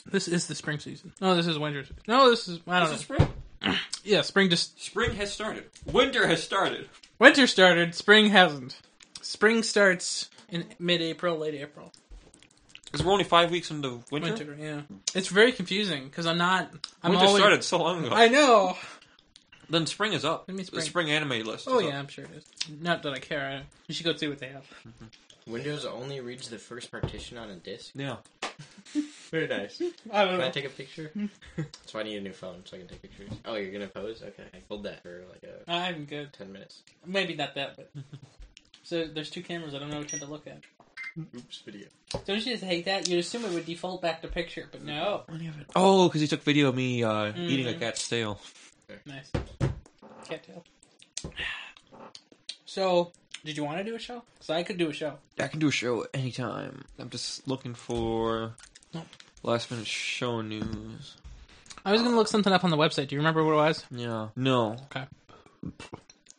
Speaker 2: This is the spring season. No, this is winter. season. No, this is I don't
Speaker 3: This
Speaker 2: know.
Speaker 3: is spring.
Speaker 2: yeah, spring just
Speaker 3: Spring has started. Winter has started.
Speaker 2: Winter started, spring hasn't. Spring starts in mid April, late April.
Speaker 3: Because we're only five weeks into winter.
Speaker 2: Winter, yeah. It's very confusing because I'm not. I'm
Speaker 3: Winter
Speaker 2: always,
Speaker 3: started so long ago.
Speaker 2: I know.
Speaker 3: Then spring is up.
Speaker 2: Give me
Speaker 3: The
Speaker 2: spring.
Speaker 3: spring anime list.
Speaker 2: Oh,
Speaker 3: is up.
Speaker 2: yeah, I'm sure it is. Not that I care. I- You should go see what they have.
Speaker 5: Windows only reads the first partition on a disk.
Speaker 3: Yeah.
Speaker 5: Very nice.
Speaker 2: I don't
Speaker 5: Can I
Speaker 2: know.
Speaker 5: take a picture? so I need a new phone so I can take pictures. Oh, you're gonna pose? Okay, hold that for like a
Speaker 2: I'm good.
Speaker 5: ten minutes.
Speaker 2: Maybe not that, but. So there's two cameras. I don't know which one to look at.
Speaker 5: Oops, video.
Speaker 2: Don't you just hate that? You'd assume it would default back to picture, but no.
Speaker 3: Oh,
Speaker 2: Mm-hmm.
Speaker 3: because he took video of me uh, eating a cat's tail.
Speaker 2: Nice. Cattail. So, did you want to do a show? Because I could do a show.
Speaker 3: I can do a show at any time. I'm just looking for last minute show news.
Speaker 2: I was gonna look something up on the website. Do you remember what it was?
Speaker 3: Yeah. No.
Speaker 2: Okay.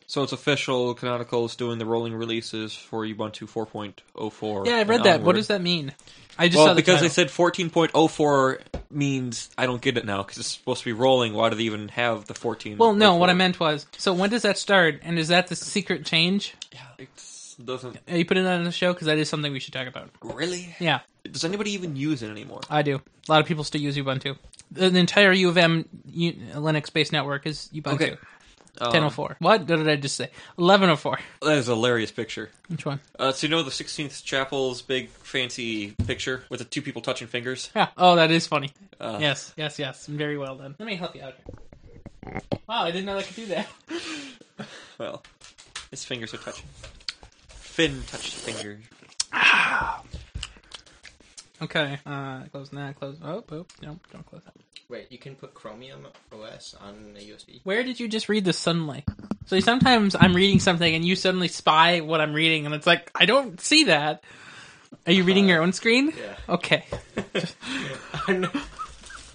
Speaker 3: So it's official. Canonical is doing the rolling releases for Ubuntu 4.04.
Speaker 2: Yeah, I read
Speaker 3: and
Speaker 2: that. What
Speaker 3: onward.
Speaker 2: does that mean? I just
Speaker 3: Well,
Speaker 2: saw the
Speaker 3: because
Speaker 2: title.
Speaker 3: they said 14.04 means I don't get it now because it's supposed to be rolling. Why do they even have the oh 14?
Speaker 2: Well, no. What I meant was, so when does that start? And is that the secret change?
Speaker 3: It doesn't
Speaker 2: Are you putting that on the show? Because that is something we should talk about.
Speaker 3: really.
Speaker 2: Yeah,
Speaker 3: Does anybody even use it anymore?
Speaker 2: I do. A lot of people still use Ubuntu. The, the entire U of M U, Linux-based network is Ubuntu.
Speaker 3: Okay. Um,
Speaker 2: 1004. What? What did I just say? 1104.
Speaker 3: That is a hilarious picture.
Speaker 2: Which one?
Speaker 3: Uh, so you know the 16th Chapel's big fancy picture with the two people touching fingers?
Speaker 2: Yeah. Oh, that is funny.
Speaker 3: Uh,
Speaker 2: yes, yes, yes. Very well done. Let me help you out here. Wow, I didn't know I could do that.
Speaker 3: Well, his fingers are touching. Finn touched fingers.
Speaker 2: Okay. Uh, close that. Close. Oh, oh, no, don't close that.
Speaker 5: Wait, you can put Chromium OS on a USB.
Speaker 2: Where did you just read this suddenly? So sometimes I'm reading something and you suddenly spy what I'm reading, and it's like I don't see that. Are you reading your own screen?
Speaker 5: yeah.
Speaker 2: Okay.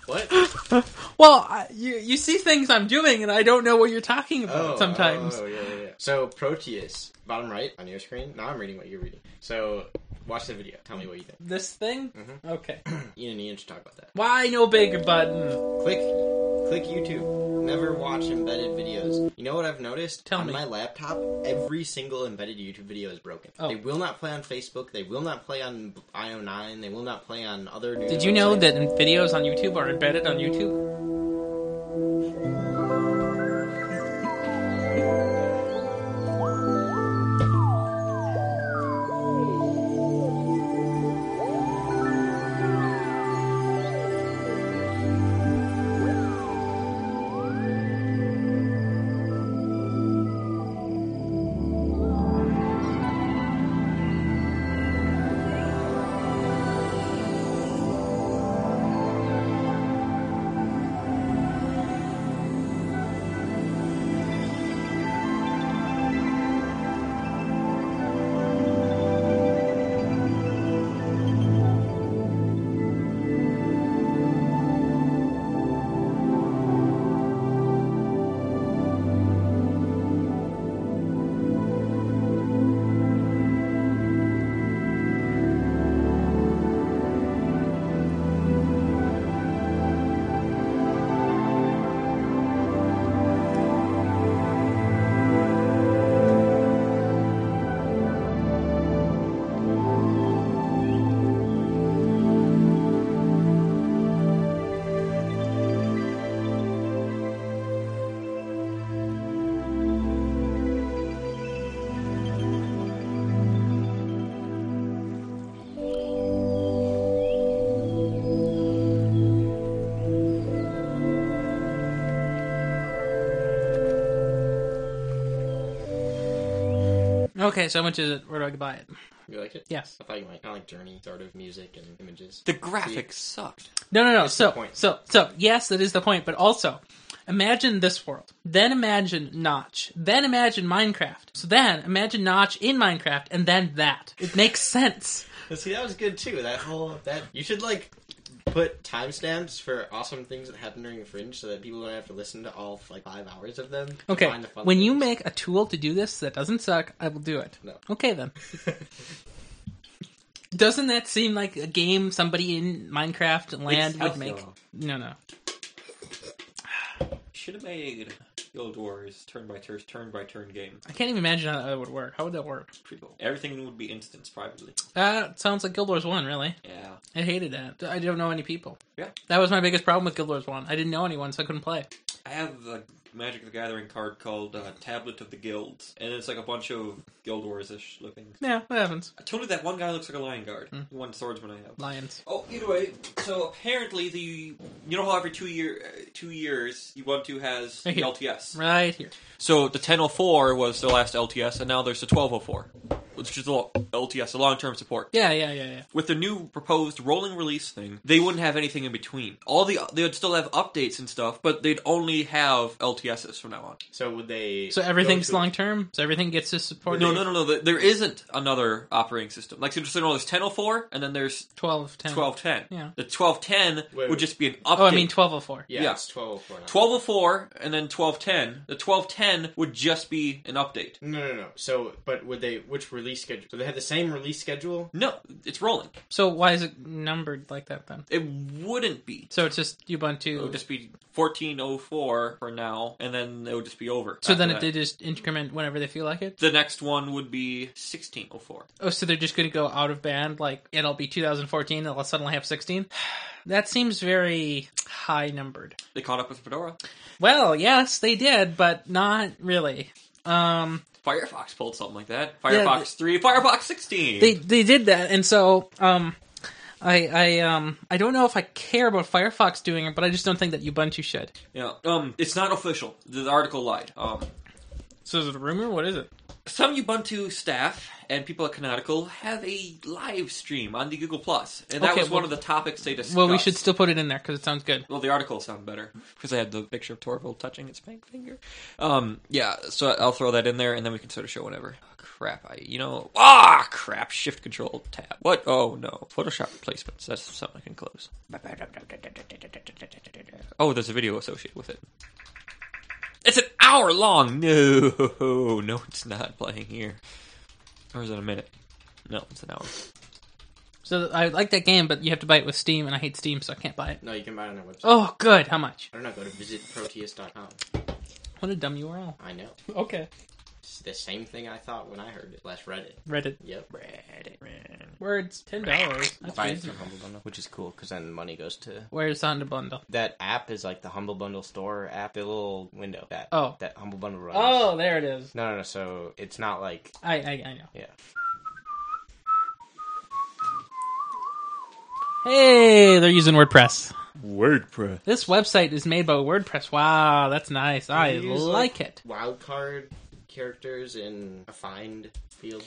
Speaker 5: What?
Speaker 2: Well, I, you you see things I'm doing, and I don't know what you're talking about
Speaker 5: Oh,
Speaker 2: sometimes.
Speaker 5: Oh, yeah, yeah, yeah. So Proteus, bottom right on your screen. Now I'm reading what you're reading. So watch the video. Tell me what you think.
Speaker 2: This thing.
Speaker 5: Mm-hmm.
Speaker 2: Okay.
Speaker 5: Ian and Ian should talk about that.
Speaker 2: Why no bigger button?
Speaker 5: Click, click YouTube. Never watch embedded videos. You know what I've noticed?
Speaker 2: Tell
Speaker 5: on
Speaker 2: me.
Speaker 5: my laptop, every single embedded YouTube video is broken.
Speaker 2: Oh.
Speaker 5: They will not play on Facebook. They will not play on IO9. They will not play on other. news
Speaker 2: Did you know
Speaker 5: websites.
Speaker 2: that videos on YouTube are embedded on YouTube? Okay, so how much is it? Where do I buy it?
Speaker 5: You like it?
Speaker 2: Yes.
Speaker 5: I thought you might. Kind of like Journey, sort of music and images.
Speaker 3: The graphics sucked.
Speaker 2: No, no, no. so,
Speaker 5: point.
Speaker 2: so, so, yes, that is the point. But also, imagine this world. Then imagine Notch. Then imagine Minecraft. So then imagine Notch in Minecraft, and then that. It makes sense.
Speaker 5: See, that was good too. That whole that you should like put timestamps for awesome things that happen during Fringe, so that people don't have to listen to all like five hours of them. to
Speaker 2: Okay,
Speaker 5: find the fun
Speaker 2: when you
Speaker 5: things.
Speaker 2: make a tool to do this that doesn't suck, I will do it.
Speaker 5: No.
Speaker 2: Okay then. Doesn't that seem like a game somebody in Minecraft land would
Speaker 3: healthy,
Speaker 2: make?
Speaker 3: though.
Speaker 2: No, no.
Speaker 3: Should have made Guild Wars turn by turn, turn by turn game.
Speaker 2: I can't even imagine how that would work. How would that work?
Speaker 3: Pretty cool. Everything would be instance privately.
Speaker 2: That sounds like Guild Wars 1, really.
Speaker 3: Yeah.
Speaker 2: I hated that. I don't know any people.
Speaker 3: Yeah.
Speaker 2: That was my biggest problem with Guild Wars 1. I didn't know anyone, so I couldn't play.
Speaker 3: I have a Magic the Gathering card called uh, Tablet of the Guilds, and it's like a bunch of Guild Wars ish looking.
Speaker 2: Yeah, that happens.
Speaker 3: Totally, that one guy looks like a Lion Guard. The one swordsman I have.
Speaker 2: Lions.
Speaker 3: Oh, either way, so apparently the you know how every two year uh, two years Ubuntu has
Speaker 2: Right
Speaker 3: the
Speaker 2: here.
Speaker 3: LTS.
Speaker 2: Right here.
Speaker 3: oh So the 1004 was the last LTS, and now there's the 1204. which is a little LTS, a long-term support.
Speaker 2: Yeah, yeah, yeah, yeah.
Speaker 3: With the new proposed rolling release thing, they wouldn't have anything in between. All the they would still have updates and stuff, but they'd only have LTSs from now on.
Speaker 5: So would they?
Speaker 2: So everything's long term. So everything gets to support.
Speaker 3: No, no, no, no. th- There isn't another operating system. Like, so just know there's 10.04, and then there's
Speaker 2: 12, 10.
Speaker 3: 12.10.
Speaker 2: Yeah.
Speaker 3: The 12.10
Speaker 5: Wait,
Speaker 3: would
Speaker 5: wait.
Speaker 3: just be an update.
Speaker 2: Oh, I mean twelve oh four.
Speaker 5: Yeah,
Speaker 3: Yeah.
Speaker 5: it's twelve for now.
Speaker 3: 12.04 and then 12.10. The 12.10 would just be an update.
Speaker 5: No, no, no. So, but would they? Which release schedule? So they had the same release schedule.
Speaker 3: No, it's rolling.
Speaker 2: So why is it numbered like that then?
Speaker 3: It wouldn't be.
Speaker 2: So it's just
Speaker 3: It
Speaker 2: Ubuntu.
Speaker 3: would Oh, just be 14.04 for now, and then it would just be over.
Speaker 2: so then
Speaker 3: after
Speaker 2: it,
Speaker 3: that.
Speaker 2: they just increment whenever they feel like it.
Speaker 3: The next one would be 16.04.
Speaker 2: Oh, so they're just going to go out of band? Like it'll be 2014, and they'll suddenly have 16. That seems very high numbered.
Speaker 3: They caught up with Fedora.
Speaker 2: Well, yes, they did, but not really. Um,
Speaker 3: Firefox pulled something like that.
Speaker 2: Yeah,
Speaker 3: Firefox 3, Firefox 16.
Speaker 2: they they did that, and so um, I I um I don't know if I care about Firefox doing it, but I just don't think that Ubuntu should.
Speaker 3: yeah, um, it's not official. The article lied. Um,
Speaker 2: So is it a rumor? What is it?
Speaker 3: some Ubuntu staff and people at Canonical have a live stream on the Google Plus, and that
Speaker 2: Okay,
Speaker 3: was one
Speaker 2: well-
Speaker 3: of the topics they discussed.
Speaker 2: Well, we should still put it in there because it sounds good.
Speaker 3: Well, the article sounded better because I had the picture of Torvald touching its pink finger. Um, yeah, so I'll throw that in there, and then we can sort of show whatever. Oh, crap, I you know ah crap, Shift Control Tab. What? Oh no, Photoshop replacements. That's something I can close. Oh, there's a video associated with it. It's an hour long. No, no, it's not playing here. Or is it a minute? No, it's an hour.
Speaker 2: So I like that game, but you have to buy it with Steam, and I hate Steam, so I can't buy it.
Speaker 5: No, you can buy it on their website.
Speaker 2: Oh, good. How much?
Speaker 5: I don't know. Go to visitproteus.com.
Speaker 2: What a dumb URL.
Speaker 5: I know.
Speaker 2: Okay.
Speaker 5: It's the same thing I thought when I heard it. Last Reddit.
Speaker 2: Reddit.
Speaker 5: Yep. Reddit. Reddit.
Speaker 2: Words. Ten dollars.
Speaker 5: Buy it through Humble Bundle, which is cool because then the money goes to
Speaker 2: Where's Honda Bundle?
Speaker 5: that app. Is like the Humble Bundle store app, the little window that
Speaker 2: Oh.
Speaker 5: that Humble Bundle runs.
Speaker 2: Oh, there it is.
Speaker 5: no, no, no. So it's not like
Speaker 2: I I, I know.
Speaker 5: yeah.
Speaker 2: Hey, they're using WordPress.
Speaker 9: WordPress.
Speaker 2: This website is made by WordPress. Wow, that's nice. I
Speaker 5: They use,
Speaker 2: like it.
Speaker 5: Wildcard characters in a find field.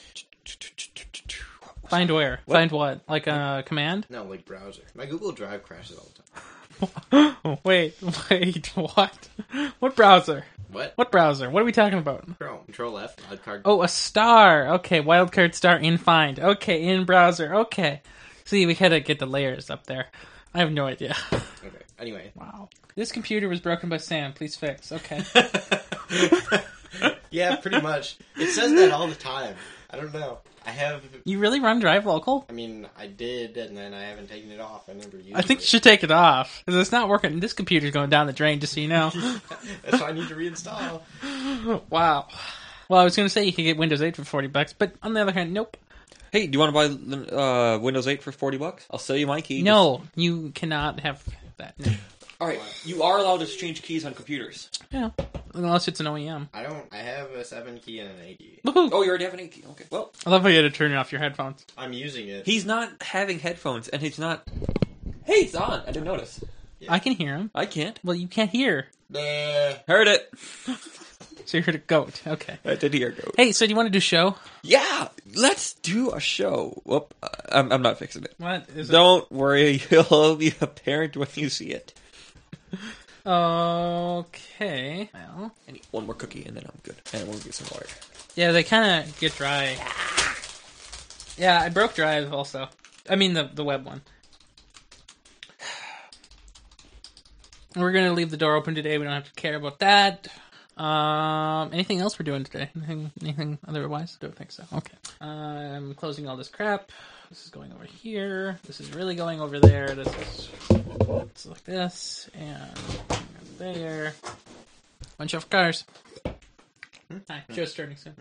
Speaker 2: Find where? Find what? Like a command?
Speaker 5: No, like browser. My Google Drive crashes all the time.
Speaker 2: Wait, wait, what? What browser?
Speaker 5: What?
Speaker 2: What browser? What are we talking about?
Speaker 5: Chrome. Control F. Wildcard.
Speaker 2: Oh, a star. Okay, wildcard star in find. Okay, in browser. Okay. See, we had to get the layers up there. I have no idea.
Speaker 5: Okay. Anyway,
Speaker 2: Wow. This computer was broken by Sam. Please fix. Okay.
Speaker 5: yeah, pretty much. It says that all the time. I don't know. I have.
Speaker 2: you really run Drive Local?
Speaker 5: I mean, I did, and then I haven't taken it off. I never used.
Speaker 2: I think
Speaker 5: it.
Speaker 2: you should take it off because it's not working. This computer's going down the drain. Just so you know.
Speaker 5: That's why I need to reinstall.
Speaker 2: wow. Well, I was going to say you could get Windows 8 for forty bucks, but on the other hand, nope.
Speaker 3: Hey, do you want to buy uh, Windows 8 for forty bucks? I'll sell you my key.
Speaker 2: No, you cannot have that. No.
Speaker 3: All right, you are allowed to change keys on computers.
Speaker 2: Yeah, unless it's an OEM.
Speaker 5: I don't. I have a seven key and an eight key.
Speaker 2: Woohoo!
Speaker 3: Oh, you already have an eight key. Okay. Well,
Speaker 2: I love how you had to turn off your headphones.
Speaker 5: I'm using it.
Speaker 3: he's not having headphones, and he's not. Hey, it's on. I didn't notice.
Speaker 2: I can hear him.
Speaker 3: I can't.
Speaker 2: Well, you can't hear,
Speaker 5: Nah.
Speaker 3: Heard it.
Speaker 2: so you heard a goat. Okay.
Speaker 3: I did hear go.
Speaker 2: Hey, so do you want to do show?
Speaker 3: Yeah, let's do a show. Whoop, uh, I'm, I'm not fixing it.
Speaker 2: What is
Speaker 3: Don't worry, it'll be apparent when you see it.
Speaker 2: it? Okay. Well,
Speaker 3: I need one more cookie, and then I'm good. And we'll get some water.
Speaker 2: yeah, they kind of get dry. Yeah, I broke drive also. I mean the the web one. We're gonna leave the door open today. We don't have to care about that. Um, anything else we're doing today? Anything, anything otherwise? Don't think so. Okay. I'm closing all this crap. This is going over here. This is really going over there. This is it's like this and there. Bunch of cars. Hmm? Hi, show's starting soon.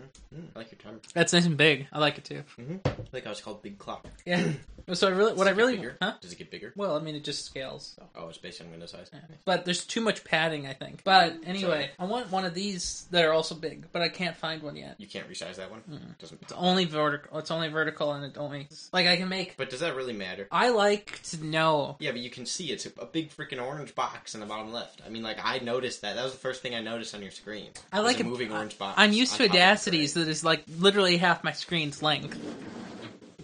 Speaker 5: I like your timer.
Speaker 2: That's nice and big. I like it too.
Speaker 5: I think I was called Big Clock.
Speaker 2: Yeah. So I really, what
Speaker 4: Does
Speaker 2: I
Speaker 4: it get
Speaker 2: really,
Speaker 4: bigger?
Speaker 2: huh?
Speaker 4: Does it get bigger?
Speaker 2: Well, I mean, it just scales. so.
Speaker 4: Oh, it's based on window size.
Speaker 2: But there's too much padding, I think. But anyway, I want one of these that are also big, but I can't find one yet.
Speaker 4: You can't resize that one. Doesn't.
Speaker 2: Mm. It's only vertical. It's only vertical, and it only like I can make.
Speaker 4: But does that really matter?
Speaker 2: I like to know.
Speaker 4: Yeah, but you can see it's a, a big freaking orange box in the bottom left. I mean, like I noticed that. That was the first thing I noticed on your screen.
Speaker 2: I
Speaker 4: was
Speaker 2: like
Speaker 4: a
Speaker 2: it-
Speaker 4: moving orange box.
Speaker 2: I'm used
Speaker 4: on
Speaker 2: to
Speaker 4: top of the
Speaker 2: Audacity's
Speaker 4: gray.
Speaker 2: that is like literally half my screen's length.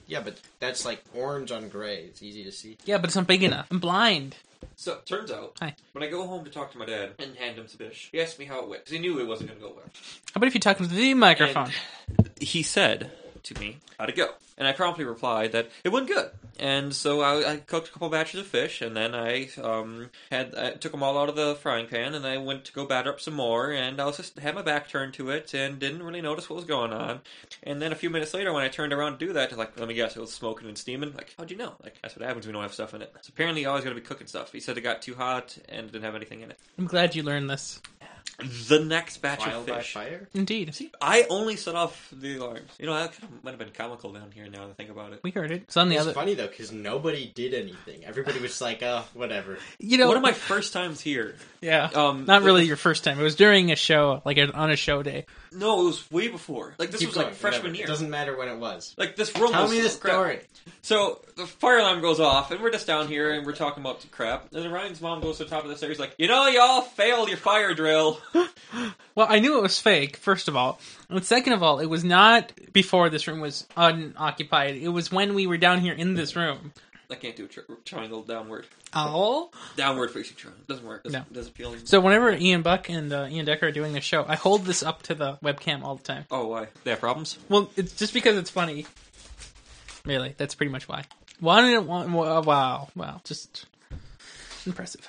Speaker 4: Yeah, but that's like orange on gray. It's easy to see.
Speaker 2: Yeah, but it's not big enough. I'm blind.
Speaker 3: So turns out,
Speaker 2: Hi.
Speaker 3: when I go home to talk to my dad and hand him some fish, he asked me how it went because he knew it wasn't going to go well.
Speaker 2: How about if you're talking to the microphone?
Speaker 3: he said to me, How'd it go? And I promptly replied that it went good. And so I, I cooked a couple batches of fish, and then I um, had I took them all out of the frying pan, and I went to go batter up some more. And I was just had my back turned to it, and didn't really notice what was going on. And then a few minutes later, when I turned around to do that, like let me guess, it was smoking and steaming. Like how'd you know? Like that's what happens when we don't have stuff in it. So apparently, you always got to be cooking stuff. He said it got too hot and didn't have anything in it.
Speaker 2: I'm glad you learned this.
Speaker 3: The next batch
Speaker 4: Trial
Speaker 3: of
Speaker 4: by
Speaker 3: fish.
Speaker 4: fire.
Speaker 2: Indeed.
Speaker 3: See, I only set off the alarms. You know, that kind of might have been comical down here now that I think about it.
Speaker 2: We heard it. It's on the
Speaker 4: It's
Speaker 2: other.
Speaker 4: funny though because nobody did anything. Everybody was just like, "Oh, whatever."
Speaker 2: You know,
Speaker 3: One of my first times here.
Speaker 2: yeah.
Speaker 3: um,
Speaker 2: not really your first time. It was during a show, like on a show day.
Speaker 3: No, it was way before. Like, this
Speaker 4: Keep
Speaker 3: was
Speaker 4: going,
Speaker 3: like freshman
Speaker 4: whatever.
Speaker 3: year.
Speaker 4: It doesn't matter when it was.
Speaker 3: Like, this room
Speaker 4: Tell
Speaker 3: was
Speaker 4: me the
Speaker 3: full of crap.
Speaker 4: story.
Speaker 3: So, the fire alarm goes off, and we're just down here, and we're talking about crap. And then Ryan's mom goes to the top of the stairs, like, You know, y'all failed your fire drill.
Speaker 2: Well, I knew it was fake, first of all. And second of all, it was not before this room was unoccupied. It was when we were down here in this room.
Speaker 3: I can't do a tri- triangle downward.
Speaker 2: Oh?
Speaker 3: Downward facing triangle. Doesn't work. Doesn't,
Speaker 2: No.
Speaker 3: doesn't feel.
Speaker 2: So whenever Ian Buck and uh, Ian Decker are doing their show, I hold this up to the webcam all the time.
Speaker 3: oh, why? They have problems?
Speaker 2: Well, it's just because it's funny. Really, that's pretty much why. Why didn't want? Wow, wow, wow, just impressive.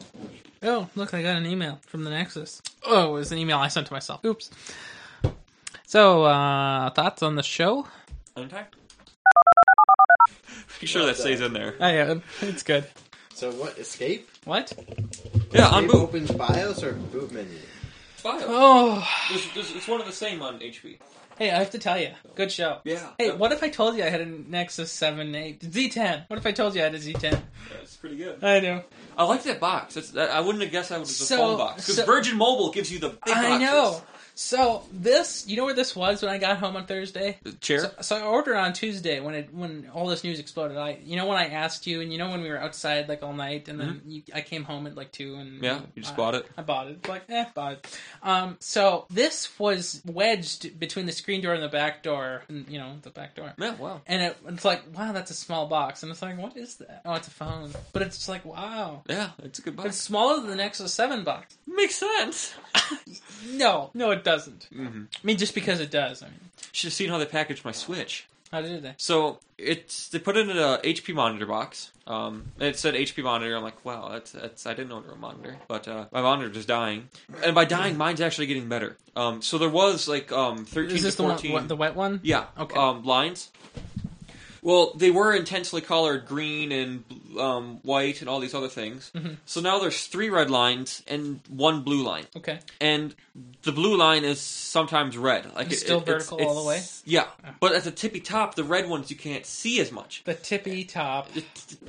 Speaker 2: Mm-hmm. Oh, look, I got an email from the Nexus. Oh, it was an email I sent to myself. Oops. So, uh, thoughts on the show?
Speaker 3: Untie? Make sure that stays in there.
Speaker 2: I am. It's good.
Speaker 4: So what? Escape?
Speaker 2: What?
Speaker 3: Yeah, on
Speaker 4: Escape
Speaker 3: boot.
Speaker 4: opens BIOS or boot menu?
Speaker 3: Bio.
Speaker 2: Oh,
Speaker 3: There's- there's- it's one of the same on HP.
Speaker 2: hey, I have to tell you. Good show.
Speaker 3: Yeah.
Speaker 2: Hey,
Speaker 3: That-
Speaker 2: what if I told you I had a Nexus 7, 8, Z10? What if I told you I had a Z10?
Speaker 3: That's pretty good.
Speaker 2: I know.
Speaker 3: I like that box. It's, that, I wouldn't have guessed that was a
Speaker 2: So-
Speaker 3: phone box because
Speaker 2: so-
Speaker 3: Virgin Mobile gives you the big
Speaker 2: I
Speaker 3: boxes.
Speaker 2: know. So this, you know where this was when I got home on Thursday.
Speaker 3: The chair.
Speaker 2: So, so I ordered on Tuesday when it when all this news exploded. I, you know, when I asked you, and you know when we were outside like all night, and then you, I came home at like two, and
Speaker 3: Mm-hmm. Yeah, you just
Speaker 2: I-
Speaker 3: bought it.
Speaker 2: I bought it. Like, eh, bought it. Um, so this was wedged between the screen door and the back door, and you know the back door.
Speaker 3: yeah, wow.
Speaker 2: And it, it's like, wow, that's a small box. And it's like, what is that? Oh, it's a phone. But it's just like, wow.
Speaker 3: Yeah, it's a good
Speaker 2: It's
Speaker 3: box.
Speaker 2: smaller than the Nexus 7 box.
Speaker 3: makes sense.
Speaker 2: No, no, it doesn't.
Speaker 3: Mm-hmm.
Speaker 2: I mean, just because it does. I mean,
Speaker 3: Should have seen how they packaged my Switch.
Speaker 2: how did they?
Speaker 3: So it's they put it in a HP monitor box. Um, and it said HP monitor. I'm like, wow, that's that's I didn't order a monitor, but uh, my monitor is dying, and by dying, mine's actually getting better. Um, so there was like um 13
Speaker 2: Is this
Speaker 3: to
Speaker 2: the one,
Speaker 3: 14.
Speaker 2: what- the wet one?
Speaker 3: Yeah.
Speaker 2: Okay.
Speaker 3: Um, lines. Well, they were intensely colored green and um, white and all these other things.
Speaker 2: Mm-hmm.
Speaker 3: So now there's three red lines and one blue line,
Speaker 2: Okay.
Speaker 3: and the blue line is sometimes red. Like
Speaker 2: It's still vertical all the way? Ah.
Speaker 3: Yeah, but at the tippy top, the red ones you can't see as much.
Speaker 2: The tippy top.
Speaker 3: The,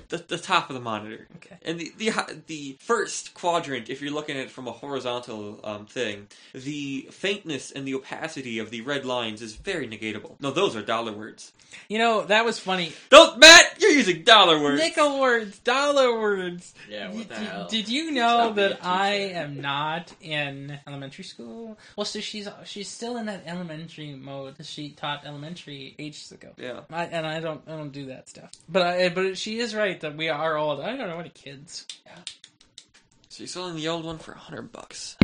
Speaker 3: the, the top of the monitor,
Speaker 2: Okay.
Speaker 3: and the, the the first quadrant, if you're looking at it from a horizontal um, thing, the faintness and the opacity of the red lines is very negatable. No, those are dollar words.
Speaker 2: You know that was funny.
Speaker 3: Don't, Matt, you're using dollar words.
Speaker 2: Nickel words, dollar words.
Speaker 4: Yeah,
Speaker 2: Y-
Speaker 4: what the
Speaker 2: d-
Speaker 4: hell?
Speaker 2: Did you know
Speaker 4: Stop being a
Speaker 2: that I
Speaker 4: teacher.
Speaker 2: am not in elementary school? Well, so she's she's still in that elementary mode. She taught elementary ages ago.
Speaker 3: Yeah.
Speaker 2: I, and I don't I don't do that stuff. But I but she is right that we are old. I don't know any kids.
Speaker 3: So you're selling the old one for hundred bucks.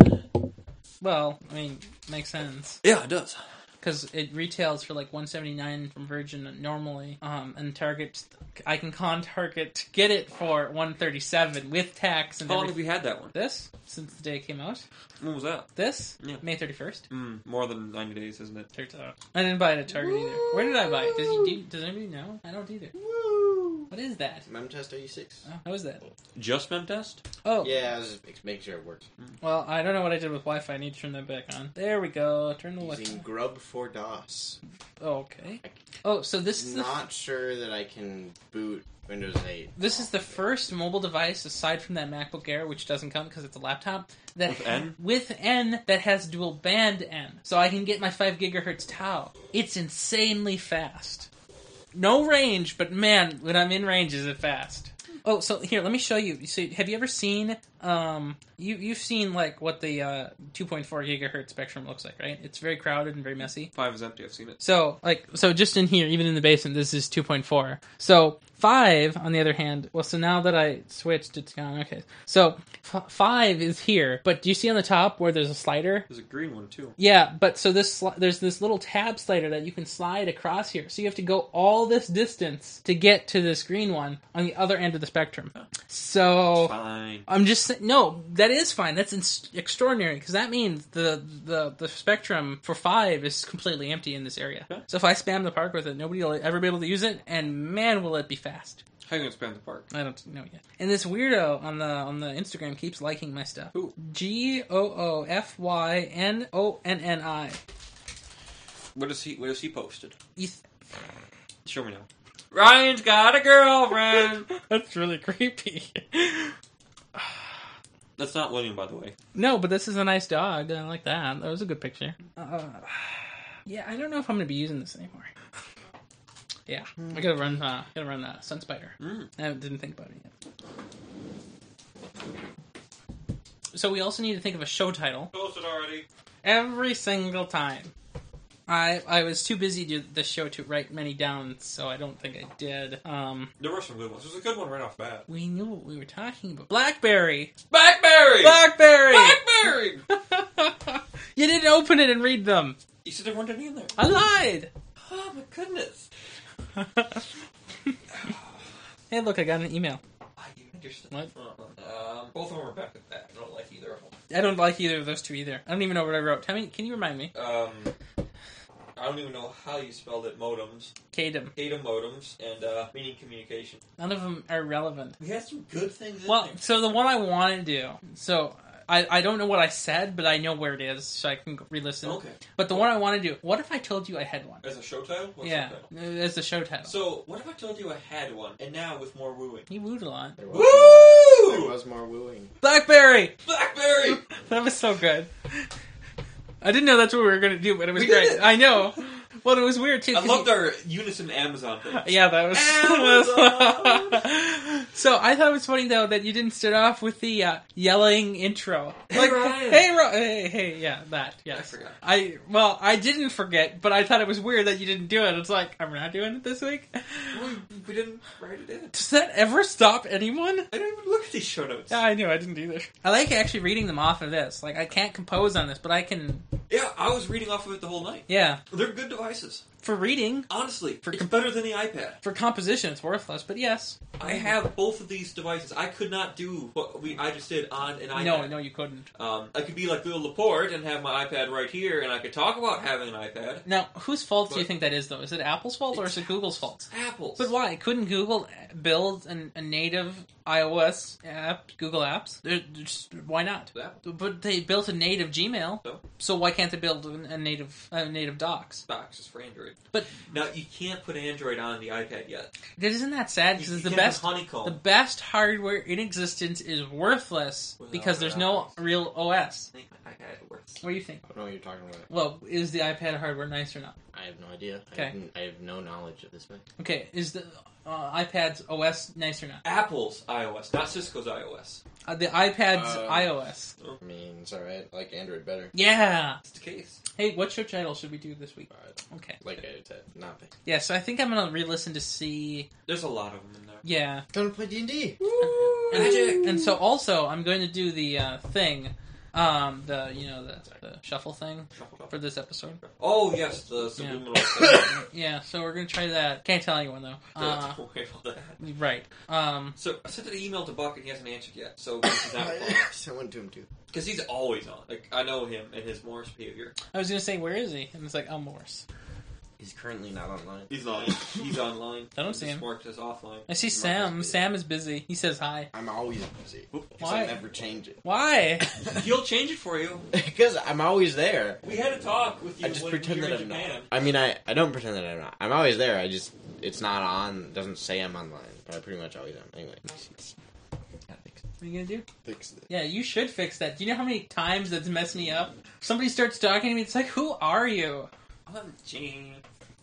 Speaker 2: Well, I mean, makes sense.
Speaker 3: Yeah, it does.
Speaker 2: because it retails for like 179 from Virgin normally, um, and Target I can con Target to get it for 137 with tax and
Speaker 3: How long have
Speaker 2: everything.
Speaker 3: you had that one?
Speaker 2: This since the day it came out.
Speaker 3: When was that?
Speaker 2: This
Speaker 3: Yeah.
Speaker 2: May 31st.
Speaker 3: Mm, more than ninety days, isn't it?
Speaker 2: Turns out I didn't buy it at Target either. Where did I buy it? Does, you, do, does anybody know? I don't either. What is that?
Speaker 5: Memtest 86.
Speaker 2: Oh, how is that?
Speaker 3: Just mem test?
Speaker 2: Oh,
Speaker 5: Yeah, I was just ex- making sure it works.
Speaker 2: well, I don't know what I did with Wi-Fi. I need to turn that back on. There we go. Turn the
Speaker 5: Using
Speaker 2: Wi-Fi.
Speaker 5: Grub for DOS.
Speaker 2: Oh, okay. Oh, so this is the
Speaker 5: Not sure that I can boot Windows 8.
Speaker 2: This is the first mobile device, aside from that MacBook Air, which doesn't count because it's a laptop, that
Speaker 3: With N?
Speaker 2: with N that has dual band N, so I can get my five gigahertz Tau. It's insanely fast. No range, but man, when I'm in range, is it fast? Oh, so here, let me show you. So, have you ever seen? Um, you you've seen like what the uh, 2.4 gigahertz spectrum looks like, right? It's very crowded and very messy.
Speaker 3: Five is empty. I've seen it.
Speaker 2: So, like, so just in here, even in the basement, this is 2.4. So, 5, on the other hand, well, so now that I switched, it's gone. Okay. So, f- 5 is here, but do you see on the top where there's a slider?
Speaker 3: There's a green one too.
Speaker 2: Yeah, but so this sli- there's this little tab slider that you can slide across here. So you have to go all this distance to get to this green one on the other end of the spectrum. So
Speaker 3: Fine.
Speaker 2: I'm just saying, no, that is fine. That's ins- extraordinary because that means the, the the spectrum for five is completely empty in this area. So if I spam the park with it, nobody will ever be able to use it, and man, will it be fast.
Speaker 3: How you gonna spam the park?
Speaker 2: I don't know yet. And this weirdo on the on the Instagram keeps liking my stuff.
Speaker 3: Who?
Speaker 2: G O O F Y N O N N I.
Speaker 3: What is he? What is he posted?
Speaker 2: Eth-
Speaker 3: Show me now. Ryan's got a girlfriend.
Speaker 2: That's really creepy.
Speaker 3: That's not William, by the way.
Speaker 2: No, but this is a nice dog. I like that. That was a good picture. Uh, yeah, I don't know if I'm gonna be using this anymore. yeah, I gotta run. Uh, gotta run uh, Sun Spider. I didn't think about it yet. So we also need to think of a show title
Speaker 3: Posted already.
Speaker 2: every single time. I I was too busy to this show to write many down, so I don't think I did. Um,
Speaker 3: There were some good ones. There's a good one right off bat.
Speaker 2: we knew what we were talking about. Blackberry,
Speaker 3: Blackberry.
Speaker 2: Blackberry.
Speaker 3: Blackberry.
Speaker 2: you didn't open it and read them.
Speaker 3: you said there weren't any in there.
Speaker 2: I lied.
Speaker 3: Oh my goodness.
Speaker 2: Hey, look, I got an email.
Speaker 3: I do understand.
Speaker 2: What?
Speaker 3: Um, both of them are back to back. I don't like either of them.
Speaker 2: I don't like either of those two either. I don't even know what I wrote. Tell me, can you remind me?
Speaker 3: Um, I don't even know how you spelled it. Modems,
Speaker 2: Kadem.
Speaker 3: data modems, and uh, meaning communication.
Speaker 2: None of them are relevant.
Speaker 3: We had some good things.
Speaker 2: Well,
Speaker 3: in there.
Speaker 2: so the one I want to do, so I, I don't know what I said, but I know where it is, so I can re listen.
Speaker 3: Okay.
Speaker 2: But the one I want to do, what if I told you I had one?
Speaker 3: as a show title. What's
Speaker 2: yeah,
Speaker 3: the title?
Speaker 2: as the show title.
Speaker 3: So, what if I told you I had one, and now with more wooing?
Speaker 2: you wooed a lot.
Speaker 5: There was, there
Speaker 3: Woo!
Speaker 5: was more wooing.
Speaker 2: Blackberry!
Speaker 3: Blackberry!
Speaker 2: That was so good. I didn't know that's what we were going to do, but it was
Speaker 3: We did
Speaker 2: great.
Speaker 3: it!
Speaker 2: I know. Well, it was weird, too.
Speaker 3: I
Speaker 2: 'cause
Speaker 3: loved
Speaker 2: you-
Speaker 3: our unison Amazon thing.
Speaker 2: Yeah, that was.
Speaker 3: Amazon.
Speaker 2: so I thought it was funny though that you didn't start off with the uh, yelling intro.
Speaker 3: Hey,
Speaker 2: like,
Speaker 3: Ryan.
Speaker 2: hey, Ro- hey, hey, yeah, that. Yes.
Speaker 3: forgot.
Speaker 2: I well, I didn't forget, but I thought it was weird that you didn't do it. It's like I'm not doing it this week.
Speaker 3: We, we didn't write it in.
Speaker 2: Does that ever stop anyone?
Speaker 3: I don't even look at these show notes.
Speaker 2: Yeah, I knew I didn't either. I like actually reading them off of this. Like I can't compose on this, but I can.
Speaker 3: Yeah, I was reading off of it the whole night.
Speaker 2: Yeah,
Speaker 3: They're good devices.
Speaker 2: for reading,
Speaker 3: Honestly,
Speaker 2: For
Speaker 3: it's
Speaker 2: com-
Speaker 3: better than the iPad.
Speaker 2: for composition, it's worthless. But yes,
Speaker 3: I have both of these devices. I could not do what we I just did on an iPad.
Speaker 2: no, no, you couldn't.
Speaker 3: Um, I could be like Bill Laporte and have my iPad right here, and I could talk about having an iPad.
Speaker 2: Now, whose fault do you
Speaker 3: But-
Speaker 2: think that is, though? Is it Apple's fault or is it
Speaker 3: It's
Speaker 2: Google's fault?
Speaker 3: Apples.
Speaker 2: But why couldn't Google build an, a native iOS app, Google Apps? They're, they're just, why not?
Speaker 3: Yeah.
Speaker 2: But they built a native Gmail,
Speaker 3: So?
Speaker 2: so why can't they build a, a native a native Docs?
Speaker 3: Box is for Android.
Speaker 2: But
Speaker 3: Now you can't put Android on the iPad yet.
Speaker 2: isn't that sad?
Speaker 3: You,
Speaker 2: Because the
Speaker 3: you can't
Speaker 2: best
Speaker 3: have honeycomb.
Speaker 2: the best hardware in existence is worthless
Speaker 3: Without
Speaker 2: because there's
Speaker 3: an
Speaker 2: no
Speaker 3: OS.
Speaker 2: real OS.
Speaker 3: I think my iPad works.
Speaker 2: What do you think?
Speaker 5: I don't know what you're talking about.
Speaker 2: Well, is the iPad hardware nice or not?
Speaker 5: I have no idea.
Speaker 2: Okay.
Speaker 5: I, didn't- I have no knowledge of this thing.
Speaker 2: Okay, is the uh, iPad's OS nice or not?
Speaker 3: Apple's iOS, not Cisco's iOS.
Speaker 2: Uh, the iPad's
Speaker 5: Uh,
Speaker 2: iOS.
Speaker 5: I mean, it's alright. I like Android better.
Speaker 2: Yeah.
Speaker 3: That's the case.
Speaker 2: Hey, what show title should we do this week?
Speaker 5: But,
Speaker 2: Okay.
Speaker 5: like I said, nothing.
Speaker 2: Yeah, so I think I'm gonna re-listen to see.
Speaker 3: There's a lot of them in there.
Speaker 2: Yeah,
Speaker 5: Gonna play D&D!
Speaker 2: and, and so also I'm going to do the uh, thing, um, the you know the, the shuffle thing for this episode.
Speaker 3: Oh yes, the subliminal. stuff.
Speaker 2: Yeah, so we're gonna try that. Can't tell anyone though. Uh,
Speaker 3: Don't worry about that.
Speaker 2: right. Um,
Speaker 3: So I sent an email to Buck and he hasn't answered yet. So he's not
Speaker 5: I went to him too.
Speaker 3: because he's always on. Like I know him and his Morris behavior.
Speaker 2: I was gonna say where is he? And it's like oh Morse.
Speaker 5: He's currently not online.
Speaker 3: He's online. He's online.
Speaker 2: I don't
Speaker 3: He
Speaker 2: see
Speaker 3: just
Speaker 2: him.
Speaker 3: Marked as offline.
Speaker 2: I see Sam. Sam is busy. He says hi.
Speaker 5: I'm always busy. 'Cause
Speaker 2: Why?
Speaker 5: I never change it.
Speaker 2: Why?
Speaker 3: He'll change it for you.
Speaker 5: Because I'm always there.
Speaker 3: We had a talk with you
Speaker 5: I just
Speaker 3: when
Speaker 5: pretend
Speaker 3: you were
Speaker 5: that
Speaker 3: in
Speaker 5: I'm
Speaker 3: Japan.
Speaker 5: not. I mean, I, I don't pretend that I'm not. I'm always there. I just it's not on. It doesn't say I'm online, but I pretty much always am. Anyway,
Speaker 2: What are you gonna do?
Speaker 5: fix it.
Speaker 2: Yeah, you should fix that. Do you know how many times that's messed me up? Somebody starts talking to me. It's like, who are you?
Speaker 3: I'm Jane.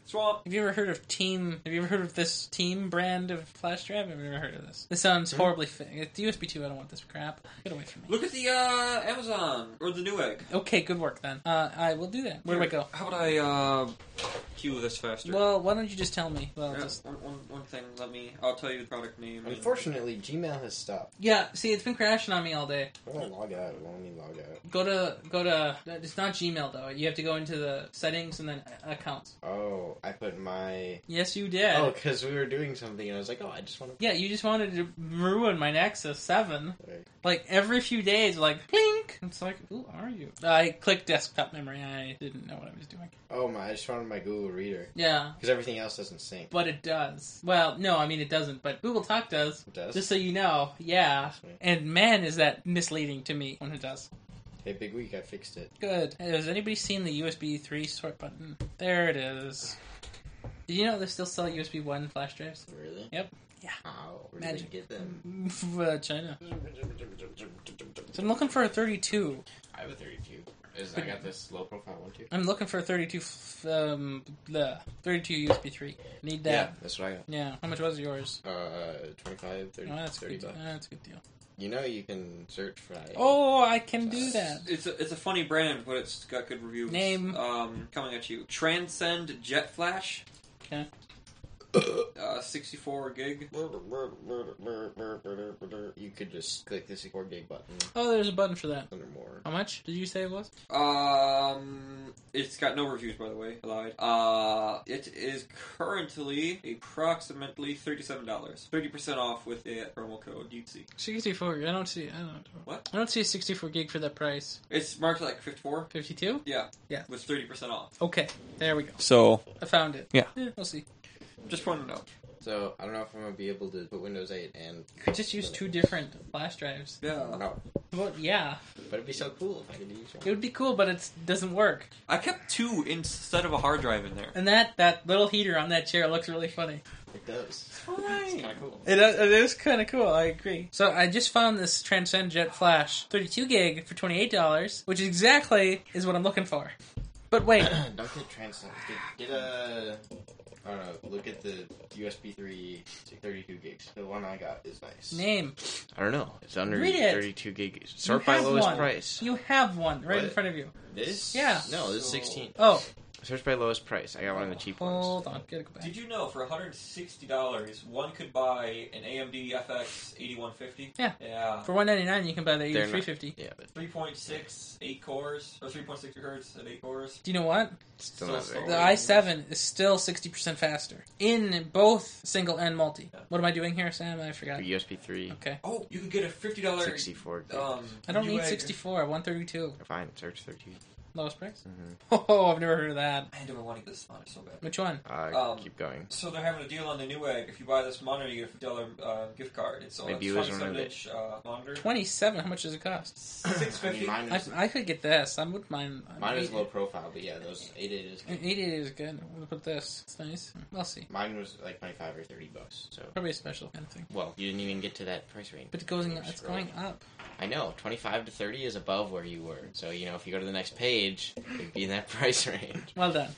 Speaker 3: Swamp.
Speaker 2: Have you ever heard of Team? Have you ever heard of this Team brand of flash drive? I've never heard of this. This sounds horribly. Fi- it's USB two. I don't want this crap. Get away from me.
Speaker 3: Hmm? Look at the uh, Amazon or the Newegg.
Speaker 2: Okay, good work then. Uh, I will do that. Where do I go?
Speaker 3: How would I uh, cue this faster?
Speaker 2: Well, why don't you just tell me? Well,
Speaker 3: Yeah,
Speaker 2: just
Speaker 3: one, one, one thing. Let me. I'll tell you the product name. and-
Speaker 5: Unfortunately, Gmail has stopped.
Speaker 2: yeah. See, it's been crashing on me all day.
Speaker 5: I'm gonna log out. Let me log out.
Speaker 2: Go to go to. It's not Gmail though. You have to go into the settings and then accounts.
Speaker 5: Oh, I put my
Speaker 2: Yes, you did.
Speaker 5: oh because we were doing something and I was like, oh, I just want to.
Speaker 2: Yeah, you just wanted to ruin my Nexus 7.
Speaker 5: Right.
Speaker 2: Like, every few days, like, clink! It's like, who are you? I clicked desktop memory, I didn't know what I was doing.
Speaker 5: Oh my! I just wanted my Google Reader
Speaker 2: Yeah,
Speaker 5: because everything else doesn't sync.
Speaker 2: but it does. Well, no, I mean, it doesn't, but Google Talk does.
Speaker 5: It does?
Speaker 2: Just so you know, yeah.
Speaker 5: That's right.
Speaker 2: And man, is that misleading to me when it does.
Speaker 5: Hey, big week! I fixed it.
Speaker 2: Good. Has anybody seen the USB 3 sort button? There it is. Did you know they still sell USB 1 flash drives?
Speaker 5: Really?
Speaker 2: Yep.
Speaker 5: How? Where did
Speaker 2: Magic.
Speaker 5: they get them?
Speaker 2: Uh, China. So I'm looking for a 32.
Speaker 5: I have a 32. Is I got this low profile one too.
Speaker 2: I'm looking for a 32, f- um, bleh, 32 USB 3. Need
Speaker 5: Yeah,
Speaker 2: that.
Speaker 5: that's what I got.
Speaker 2: Yeah. How much was yours?
Speaker 5: Uh, 25, 30,
Speaker 2: Oh, that's a
Speaker 5: 30
Speaker 2: good.
Speaker 5: bucks.
Speaker 2: Deal. That's a good deal.
Speaker 5: You know you can search for that.
Speaker 2: Oh, I can do that.
Speaker 3: It's a, it's a funny brand, but it's got good reviews.
Speaker 2: Name.
Speaker 3: um, coming at you. Transcend Jet Flash,
Speaker 2: Okay.
Speaker 3: uh, 64 gig.
Speaker 5: You could just click the 64 gig button
Speaker 2: Oh, there's a button for that.
Speaker 5: under more.
Speaker 2: How much did you say it was?
Speaker 3: Um, it's got no reviews, by the way. Allowed. Uh, it is currently approximately thirty-seven dollars, thirty percent off with the promo code UC.
Speaker 2: 64. I don't see. I don't.
Speaker 3: What?
Speaker 2: I don't see a 64 gig for that price.
Speaker 3: It's marked like fifty-four.
Speaker 2: 52.
Speaker 3: Yeah,
Speaker 2: Yeah.
Speaker 3: with thirty percent off.
Speaker 2: Okay. There we go.
Speaker 3: So
Speaker 2: I found it.
Speaker 3: Yeah.
Speaker 2: Eh, we'll see.
Speaker 3: just pointing it out.
Speaker 5: So I don't know if I'm gonna be able to put Windows 8 and
Speaker 2: You could just use two different flash drives.
Speaker 3: Yeah,
Speaker 5: no,
Speaker 2: Well, yeah.
Speaker 5: but it'd be so cool if I could use
Speaker 2: It
Speaker 5: one.
Speaker 2: would be cool, but it doesn't work.
Speaker 3: I kept two instead of a hard drive in there.
Speaker 2: And that that little heater on that chair looks really funny.
Speaker 5: It does.
Speaker 3: Alright.
Speaker 5: Kind of cool.
Speaker 2: It, uh, it is kind of cool. I agree. So I just found this Transcend Jet Flash, 32 gig for $28, which exactly is what I'm looking for. But wait,
Speaker 5: Don't get translate. Get, get a. I don't know. Look at the USB 3 32 gigs. The one I got is nice.
Speaker 2: name.
Speaker 5: I don't know. It's under
Speaker 2: Read it.
Speaker 5: 32 gig.
Speaker 2: You
Speaker 5: Sort by
Speaker 2: have
Speaker 5: lowest
Speaker 2: one.
Speaker 5: price.
Speaker 2: You have one right in
Speaker 5: What?
Speaker 2: front of you.
Speaker 5: This?
Speaker 2: Yeah.
Speaker 5: No, this is 16.
Speaker 2: Oh,
Speaker 5: Search by lowest price. I got one of the cheap ones.
Speaker 2: hold on. Gotta go back.
Speaker 3: Did you know for $160 one could buy an AMD FX 8150?
Speaker 2: Yeah.
Speaker 3: Yeah.
Speaker 2: For 199 you can buy the
Speaker 5: They're not-
Speaker 2: 8350
Speaker 5: Yeah, but
Speaker 3: 3.6, 8 cores, or 3.6 gigahertz at 8 cores.
Speaker 2: Do you know what?
Speaker 5: still
Speaker 3: So
Speaker 5: not very
Speaker 3: slow.
Speaker 2: The i7 is still 60% faster in both single and multi. What am I doing here, Sam? I forgot.
Speaker 5: good. USB 3,
Speaker 2: Okay.
Speaker 3: Oh, you could get a $50
Speaker 5: 64 gig.
Speaker 3: um,
Speaker 2: I don't need
Speaker 3: Newegg.
Speaker 2: 64, 132.
Speaker 5: Fine, search 32.
Speaker 2: Lowest price?
Speaker 5: Mm-hmm.
Speaker 2: Oh, I've never heard of that.
Speaker 3: I don't want to get this monitor so bad.
Speaker 2: Which one?
Speaker 5: Uh,
Speaker 3: Um,
Speaker 5: keep going.
Speaker 3: So they're having a deal on the Newegg. If you buy this monitor, you get a $50 uh, gift card. It's on a
Speaker 5: Maybe you wasn't around
Speaker 3: 27-inch uh, monitor.
Speaker 2: 27 how much does it cost
Speaker 3: 650
Speaker 5: Mine
Speaker 2: I,
Speaker 5: is,
Speaker 2: I could get this i would mine
Speaker 5: mine is low profile, but yeah, those 8 it is.
Speaker 2: an 88 is good i'm gonna put this it's nice we'll see
Speaker 5: Mine was like 25 or 30 bucks, so.
Speaker 2: probably a special kind of thing
Speaker 5: Well, you didn't even get to that price range.
Speaker 2: but it goes in,
Speaker 5: You're
Speaker 2: it's
Speaker 5: scrolling.
Speaker 2: going up
Speaker 5: I know, 25 to 30 is above where you were. So, you know, if you go to the next page, it'd be in that price range.
Speaker 2: well done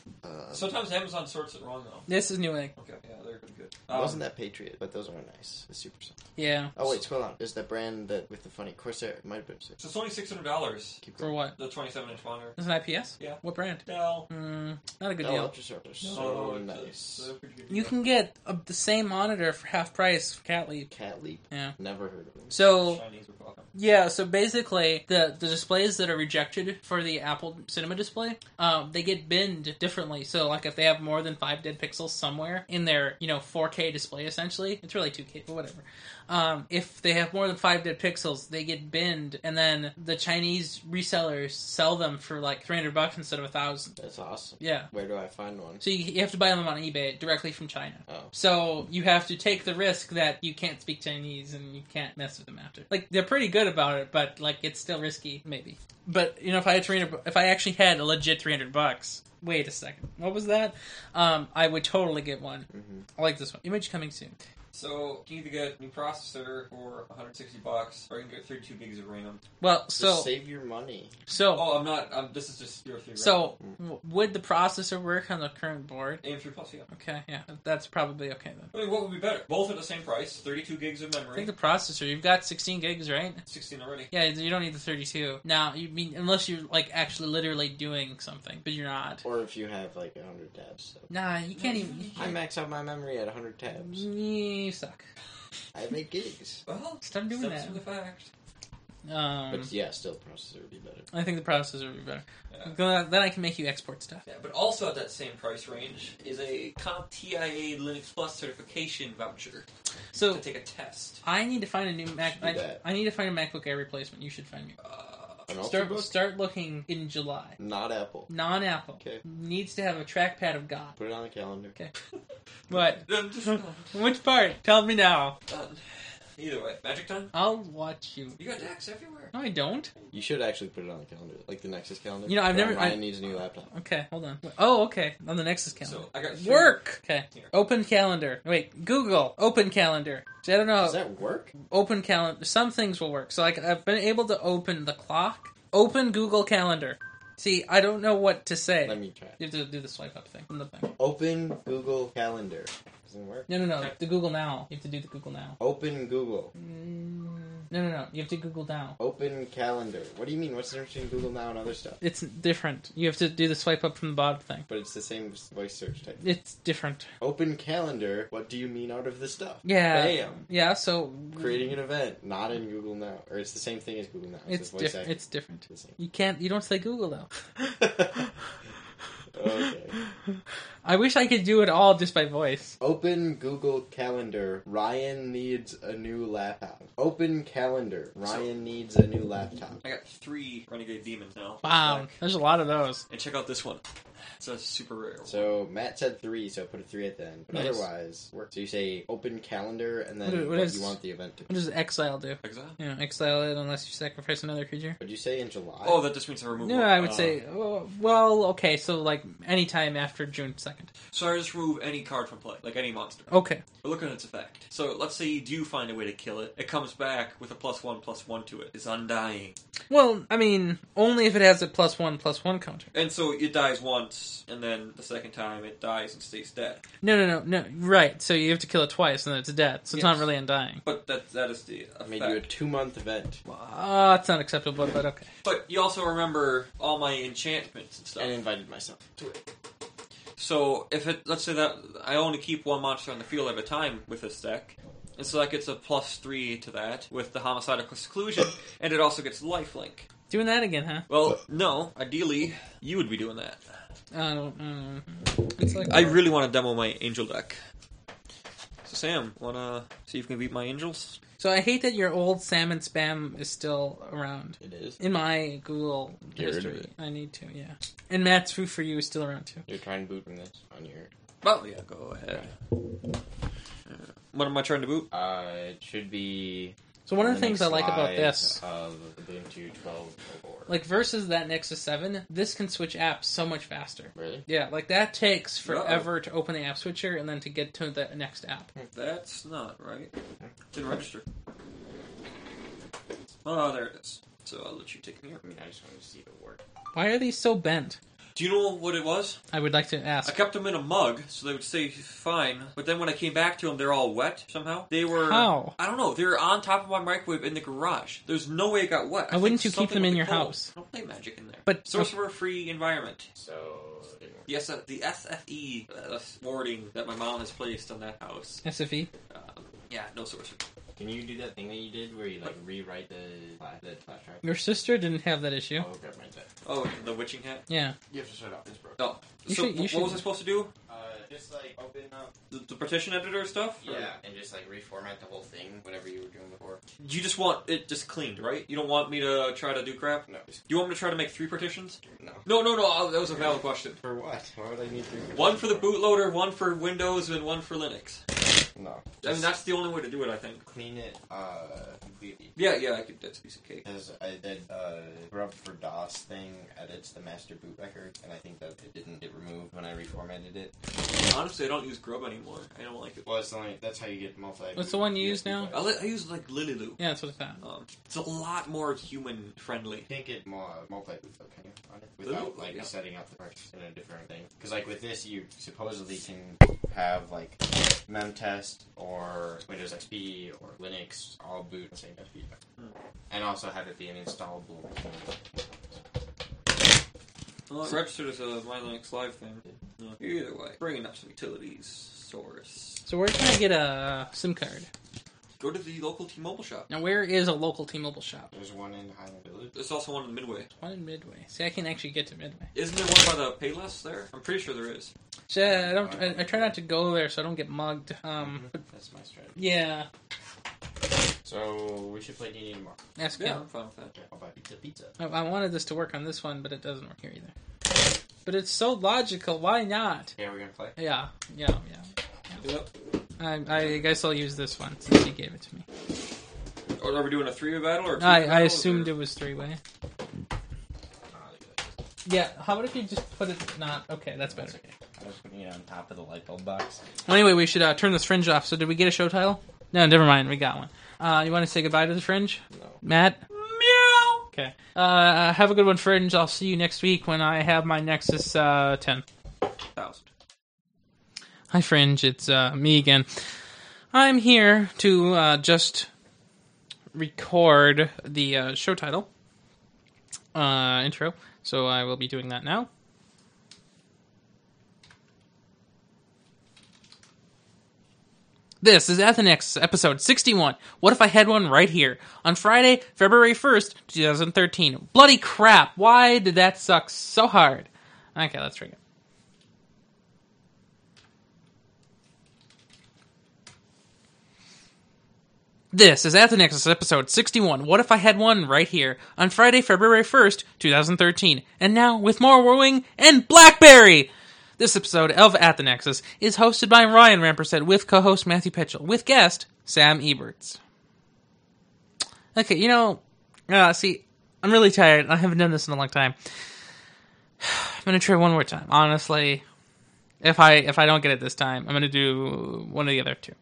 Speaker 3: Sometimes Amazon sorts it wrong, though.
Speaker 2: this is newegg
Speaker 3: Okay, yeah, they're pretty good. Um,
Speaker 5: that Patriot, but those are nice. The Super
Speaker 2: yeah
Speaker 5: Oh wait, scroll down. There's that brand that with the funny Corsair. It might have been six.
Speaker 3: So it's only $600,
Speaker 5: Keep
Speaker 2: for what
Speaker 3: the 27-inch monitor.
Speaker 2: is it ips
Speaker 3: Yeah.
Speaker 2: what brand
Speaker 3: Dell.
Speaker 2: mm, not a good
Speaker 5: No,
Speaker 2: deal
Speaker 5: Ultrasoft are
Speaker 3: Oh,
Speaker 5: so
Speaker 3: it's- it's
Speaker 5: nice.
Speaker 3: a pretty good
Speaker 2: you
Speaker 3: deal.
Speaker 2: can get uh the same monitor for half price for cat leap
Speaker 5: Cat Leap.
Speaker 2: Yeah.
Speaker 5: Never heard of them.
Speaker 2: so
Speaker 3: Chinese were welcome.
Speaker 2: Yeah, so basically, the the displays that are rejected for the Apple Cinema display, um, they get binned differently. So, like, if they have more than five dead pixels somewhere in their, you know, 4K 4K display essentially. It's really 2K, but whatever. Um, if they have more than five dead pixels, they get binned, and then the Chinese resellers sell them for like 300 bucks instead of a thousand.
Speaker 5: That's awesome.
Speaker 2: Yeah.
Speaker 5: Where do I find one?
Speaker 2: So you, you have to buy them on eBay directly from China.
Speaker 5: Oh.
Speaker 2: So you have to take the risk that you can't speak Chinese and you can't mess with them after. Like they're pretty good about it, but like it's still risky, maybe. But you know, if I had 300, bu- if I actually had a legit three hundred bucks, wait a second, what was that? Um, I would totally get one.
Speaker 3: Mm-hmm.
Speaker 2: I like this one. Image coming soon.
Speaker 3: So you can either get a new processor for 160 bucks, or you can get 32 gigs of RAM.
Speaker 2: Well,
Speaker 5: Just
Speaker 2: so
Speaker 5: save your money.
Speaker 2: so
Speaker 3: Oh, I'm not. I'm, this is just your three.
Speaker 2: so w- would the processor work on the current board?
Speaker 3: AM3 Plus, yeah.
Speaker 2: Okay, yeah, that's probably okay then.
Speaker 3: I mean, what would be better? Both at the same price, 32 gigs of
Speaker 2: I
Speaker 3: memory,
Speaker 2: think the processor. You've got sixteen gigs, right?
Speaker 3: 16 already.
Speaker 2: Yeah, you don't need the 32. Now, you mean unless you're like actually literally doing something, but you're not.
Speaker 5: Or if you have like 100 tabs. So.
Speaker 2: Nah, you can't even. You,
Speaker 5: I max out my memory at 100
Speaker 2: Mm-hmm.
Speaker 5: tabs.
Speaker 2: you suck.
Speaker 5: I have 8 gigs.
Speaker 3: Well,
Speaker 2: Stop doing
Speaker 3: steps
Speaker 2: that.
Speaker 3: to the fact.
Speaker 2: Um,
Speaker 5: But yeah, still processor would be better.
Speaker 2: I think the processor would be better.
Speaker 3: Yeah.
Speaker 2: Then- Then I can make you export stuff.
Speaker 3: Yeah, but also at that same price range is a Comp TIA Linux Plus certification voucher
Speaker 2: So
Speaker 3: to take a test.
Speaker 2: I need to find a new Mac.
Speaker 5: do
Speaker 2: I,
Speaker 5: that.
Speaker 2: I need to find a MacBook Air replacement. You should find me.
Speaker 5: An
Speaker 2: Start
Speaker 5: Ultrabook?
Speaker 2: start looking in July.
Speaker 5: Not Apple.
Speaker 2: Non Apple
Speaker 5: Okay.
Speaker 2: needs to have a trackpad of God.
Speaker 5: Put it on the calendar.
Speaker 2: Okay. What?
Speaker 3: I'm just not
Speaker 2: Which part? Tell me now.
Speaker 3: done. Either way, Magic Time.
Speaker 2: I'll watch you.
Speaker 3: You got DAX everywhere.
Speaker 2: No, I don't.
Speaker 5: You should actually put it on the calendar, like the Nexus calendar.
Speaker 2: You know, I've
Speaker 5: But
Speaker 2: never-
Speaker 5: Mine
Speaker 2: I-
Speaker 5: needs a new laptop.
Speaker 2: Okay, hold on. Oh, okay. On the Nexus calendar.
Speaker 3: So I got three-
Speaker 2: Work. Okay.
Speaker 3: Here.
Speaker 2: Open calendar. Wait, Google. Open calendar. See, I don't know.
Speaker 5: Does that work?
Speaker 2: Open calendar. Some things will work. So like, I've been able to open the clock. Open Google Calendar. See, I don't know what to say.
Speaker 5: Let me try. it.
Speaker 2: You have to do the swipe up thing. from the thing.
Speaker 5: Open Google Calendar. Doesn't work.
Speaker 2: No, no, no. The Google Now. You have to do the Google Now.
Speaker 5: Open Google.
Speaker 2: No, no, no. You have to Google Now.
Speaker 5: Open Calendar. What do you mean? What's the difference between Google Now and other stuff?
Speaker 2: It's different. You have to do the swipe up from the bottom thing.
Speaker 5: But it's the same voice search type.
Speaker 2: It's different.
Speaker 5: Open Calendar. What do you mean out of the stuff?
Speaker 2: Yeah.
Speaker 5: Bam.
Speaker 2: Yeah. So
Speaker 5: Creating an event. Not in Google Now. Or it's the same thing as Google Now.
Speaker 2: Mm-hmm. it's
Speaker 5: just voice
Speaker 2: different.
Speaker 5: acting.
Speaker 2: It's different.
Speaker 5: the same.
Speaker 2: You can't. You don't say Google though.
Speaker 5: okay.
Speaker 2: I wish I could do it all just by voice.
Speaker 5: Open Google Calendar. Ryan needs a new laptop. Open Calendar. Ryan needs a new laptop.
Speaker 3: I got three Renegade Demons now.
Speaker 2: Wow, there's a lot of those.
Speaker 3: And check out this one. It's a super rare. one.
Speaker 5: So Matt said three, so put a three at the end. But
Speaker 2: Nice.
Speaker 5: otherwise, work. So you say open calendar, and then
Speaker 2: What
Speaker 5: what,
Speaker 2: do- what is-
Speaker 5: you want the event to.
Speaker 2: What does exile do?
Speaker 3: Exile?
Speaker 2: You know, exile it unless you sacrifice another creature.
Speaker 5: Would you say in July?
Speaker 3: Oh, that just means I remove
Speaker 2: No,
Speaker 3: one.
Speaker 2: I would
Speaker 3: Uh,
Speaker 2: say, oh, well, okay, so like anytime after June 2nd.
Speaker 3: So I just remove any card from play, like any monster.
Speaker 2: Okay.
Speaker 3: But look at its effect. So let's say you do find a way to kill it. It comes back with a plus one, plus one to it. It's undying.
Speaker 2: Well, I mean, only if it has a plus one, plus one counter.
Speaker 3: And so it dies once, and then the second time it dies and stays dead.
Speaker 2: No, no, no, no, right, so you have to kill it twice and then it's dead, so it's not
Speaker 3: Yes.
Speaker 2: really undying.
Speaker 3: But that that is the effect.
Speaker 5: I made you a two-month event
Speaker 2: Uh, it's not acceptable, but okay.
Speaker 3: But you also remember all my enchantments and stuff.
Speaker 5: and invited myself.
Speaker 3: So if it, let's say that I only keep one monster on the field at a time with this deck, and so that gets a plus three to that with the homicidal exclusion, and it also gets lifelink.
Speaker 2: Doing that again, huh?
Speaker 3: Well, no, ideally you would be doing that.
Speaker 2: I don't, I don't know. It's like,
Speaker 3: I really want to demo my angel deck. So Sam, wanna see if you can beat my angels?
Speaker 2: so I hate that your old salmon spam is still around.
Speaker 5: It is.
Speaker 2: In my Google
Speaker 5: Get rid of
Speaker 2: history,
Speaker 5: it.
Speaker 2: I need to, yeah. And Matt's food for you is still around too.
Speaker 5: You're trying to boot from this on your.
Speaker 3: Well, yeah, go ahead. What am I trying to boot?
Speaker 5: Uh, it should be.
Speaker 2: So one of
Speaker 5: on
Speaker 2: the
Speaker 5: next
Speaker 2: things I like about
Speaker 5: slide
Speaker 2: this,
Speaker 5: Of Ubuntu 12.04.
Speaker 2: like versus that Nexus Seven, this can switch apps so much faster.
Speaker 5: really?
Speaker 2: Yeah, like that takes forever to open the app switcher and then to get to the next app.
Speaker 3: That's not right. Didn't register. Oh, there it is. So I'll let you take me here.
Speaker 5: I mean, I just wanted to see if it worked.
Speaker 2: Why are these so bent?
Speaker 3: Do you know what it was?
Speaker 2: I would like to
Speaker 3: I
Speaker 2: ask.
Speaker 3: kept them in a mug so they would stay fine. But then when I came back to them, they're all wet somehow. They were
Speaker 2: How?
Speaker 3: I don't know. They were on top of my microwave in the garage. There's no way it got wet.
Speaker 2: Why wouldn't
Speaker 3: think
Speaker 2: you keep
Speaker 3: something
Speaker 2: them in
Speaker 3: with the
Speaker 2: your
Speaker 3: cold.
Speaker 2: house?
Speaker 3: I don't play magic in there.
Speaker 2: But-
Speaker 3: sorcerer free environment.
Speaker 5: So. it didn't work.
Speaker 3: The, S- the SFE uh, warding that my mom has placed on that house.
Speaker 2: SFE.
Speaker 3: Um, yeah, no sorcerer.
Speaker 5: Can you do that thing that you did where you like rewrite the flash, the flash drive?
Speaker 2: Your sister didn't have that issue.
Speaker 5: Oh, grab my deck.
Speaker 3: Oh, the witching hat.
Speaker 2: Yeah.
Speaker 5: You have to shut it off. It's broken.
Speaker 3: No.
Speaker 2: You
Speaker 3: so
Speaker 2: should- you
Speaker 3: wh-
Speaker 2: should-
Speaker 3: what was I supposed to do?
Speaker 5: Uh, Just like open up.
Speaker 3: The, the partition editor stuff? or-
Speaker 5: Yeah, and just like reformat the whole thing, whatever you were doing before.
Speaker 3: You just want it just cleaned, right? You don't want me to try to do crap?
Speaker 5: No, just
Speaker 3: You want me to try to make three partitions?
Speaker 5: no.
Speaker 3: No, no, no, uh, that was a valid question.
Speaker 5: For what? Why would I need three?
Speaker 3: One for the bootloader, one for Windows, and one for Linux.
Speaker 5: No.
Speaker 3: I mean, that's the only way to do it, I think.
Speaker 5: clean it uh, completely.
Speaker 3: Yeah, yeah, I could, that's a piece of cake.
Speaker 5: Because I did uh, grub for DOS thing edits the master boot record, and I think that it didn't get removed when I reformatted it.
Speaker 3: Honestly, I don't use Grub anymore. I don't like it.
Speaker 5: Well, it's the only that's how you get multi.
Speaker 2: What's the one you use now?
Speaker 3: I, li- I use, like, Lililoo.
Speaker 2: Yeah, that's what I thought.
Speaker 3: Um, it's a lot more human friendly.
Speaker 5: You can't get more multi boot though, can you? On it
Speaker 3: Little,
Speaker 5: without like
Speaker 3: yeah.
Speaker 5: setting up the parts in a different thing. Because like with this, you supposedly can have like memtest or Windows XP or Linux all boot at the same FP,
Speaker 2: Hmm.
Speaker 5: and also have it be an installable.
Speaker 3: Well, it's registered as a My Linux Live thing. Yeah. Either way, bringing up some utilities, source.
Speaker 2: So where can I get a uh, SIM card?
Speaker 3: Go to the local T Mobile shop.
Speaker 2: Now, where is a local T-Mobile shop?
Speaker 5: There's one in Highland Village.
Speaker 3: There's also one in Midway.
Speaker 2: One in Midway. See, I can actually get to Midway.
Speaker 3: Isn't there one by the Payless there? I'm pretty sure there is.
Speaker 2: So I don't. I, I try not to go there, so I don't get mugged. Um. but
Speaker 5: That's my strategy.
Speaker 2: yeah.
Speaker 5: So we should play D&D tomorrow.
Speaker 2: Ask
Speaker 3: Yeah,
Speaker 2: him.
Speaker 3: I'm fine with that.
Speaker 5: I'll buy pizza. Pizza.
Speaker 2: I, I wanted this to work on this one, but it doesn't work here either. But it's so logical. Why not?
Speaker 5: Yeah, we're gonna play.
Speaker 2: Yeah. Yeah. Yeah.
Speaker 3: Yep.
Speaker 2: I, I guess I'll use this one since you gave it to me.
Speaker 3: Or are we doing a three-way battle or? a
Speaker 2: I,
Speaker 3: two-way
Speaker 2: I
Speaker 3: battle,
Speaker 2: assumed
Speaker 3: or-
Speaker 2: it was three way. Yeah, how about if you just put it not? Okay, that's better.
Speaker 5: I was putting it on top of the light bulb box.
Speaker 2: Well, anyway, we should uh, turn this fringe off. So, did we get a show title? No, never mind. We got one. Uh, you want to say goodbye to the fringe? No. Matt? Meow! Okay. Uh, have a good one, fringe. I'll see you next week when I have my Nexus uh, 10.
Speaker 3: Thousand.
Speaker 2: Hi, Fringe. It's uh, me again. I'm here to uh, just record the uh, show title uh, intro, so I will be doing that now. This is Athenex, episode 61. What if I had one right here? On Friday, February 1st, 2013. Bloody crap! Why did that suck so hard? Okay, let's try it. This is At the Nexus episode 61. What if I had one right here on Friday, February 1st, 2013? And now with more wooing and Blackberry! This episode of At the Nexus is hosted by Ryan Rampersett with co host Matthew Pitchell, with guest Sam Eberts. Okay, you know, uh, see, I'm really tired. I haven't done this in a long time. I'm gonna try one more time. Honestly, if I if I don't get it this time, I'm gonna do one or the other two.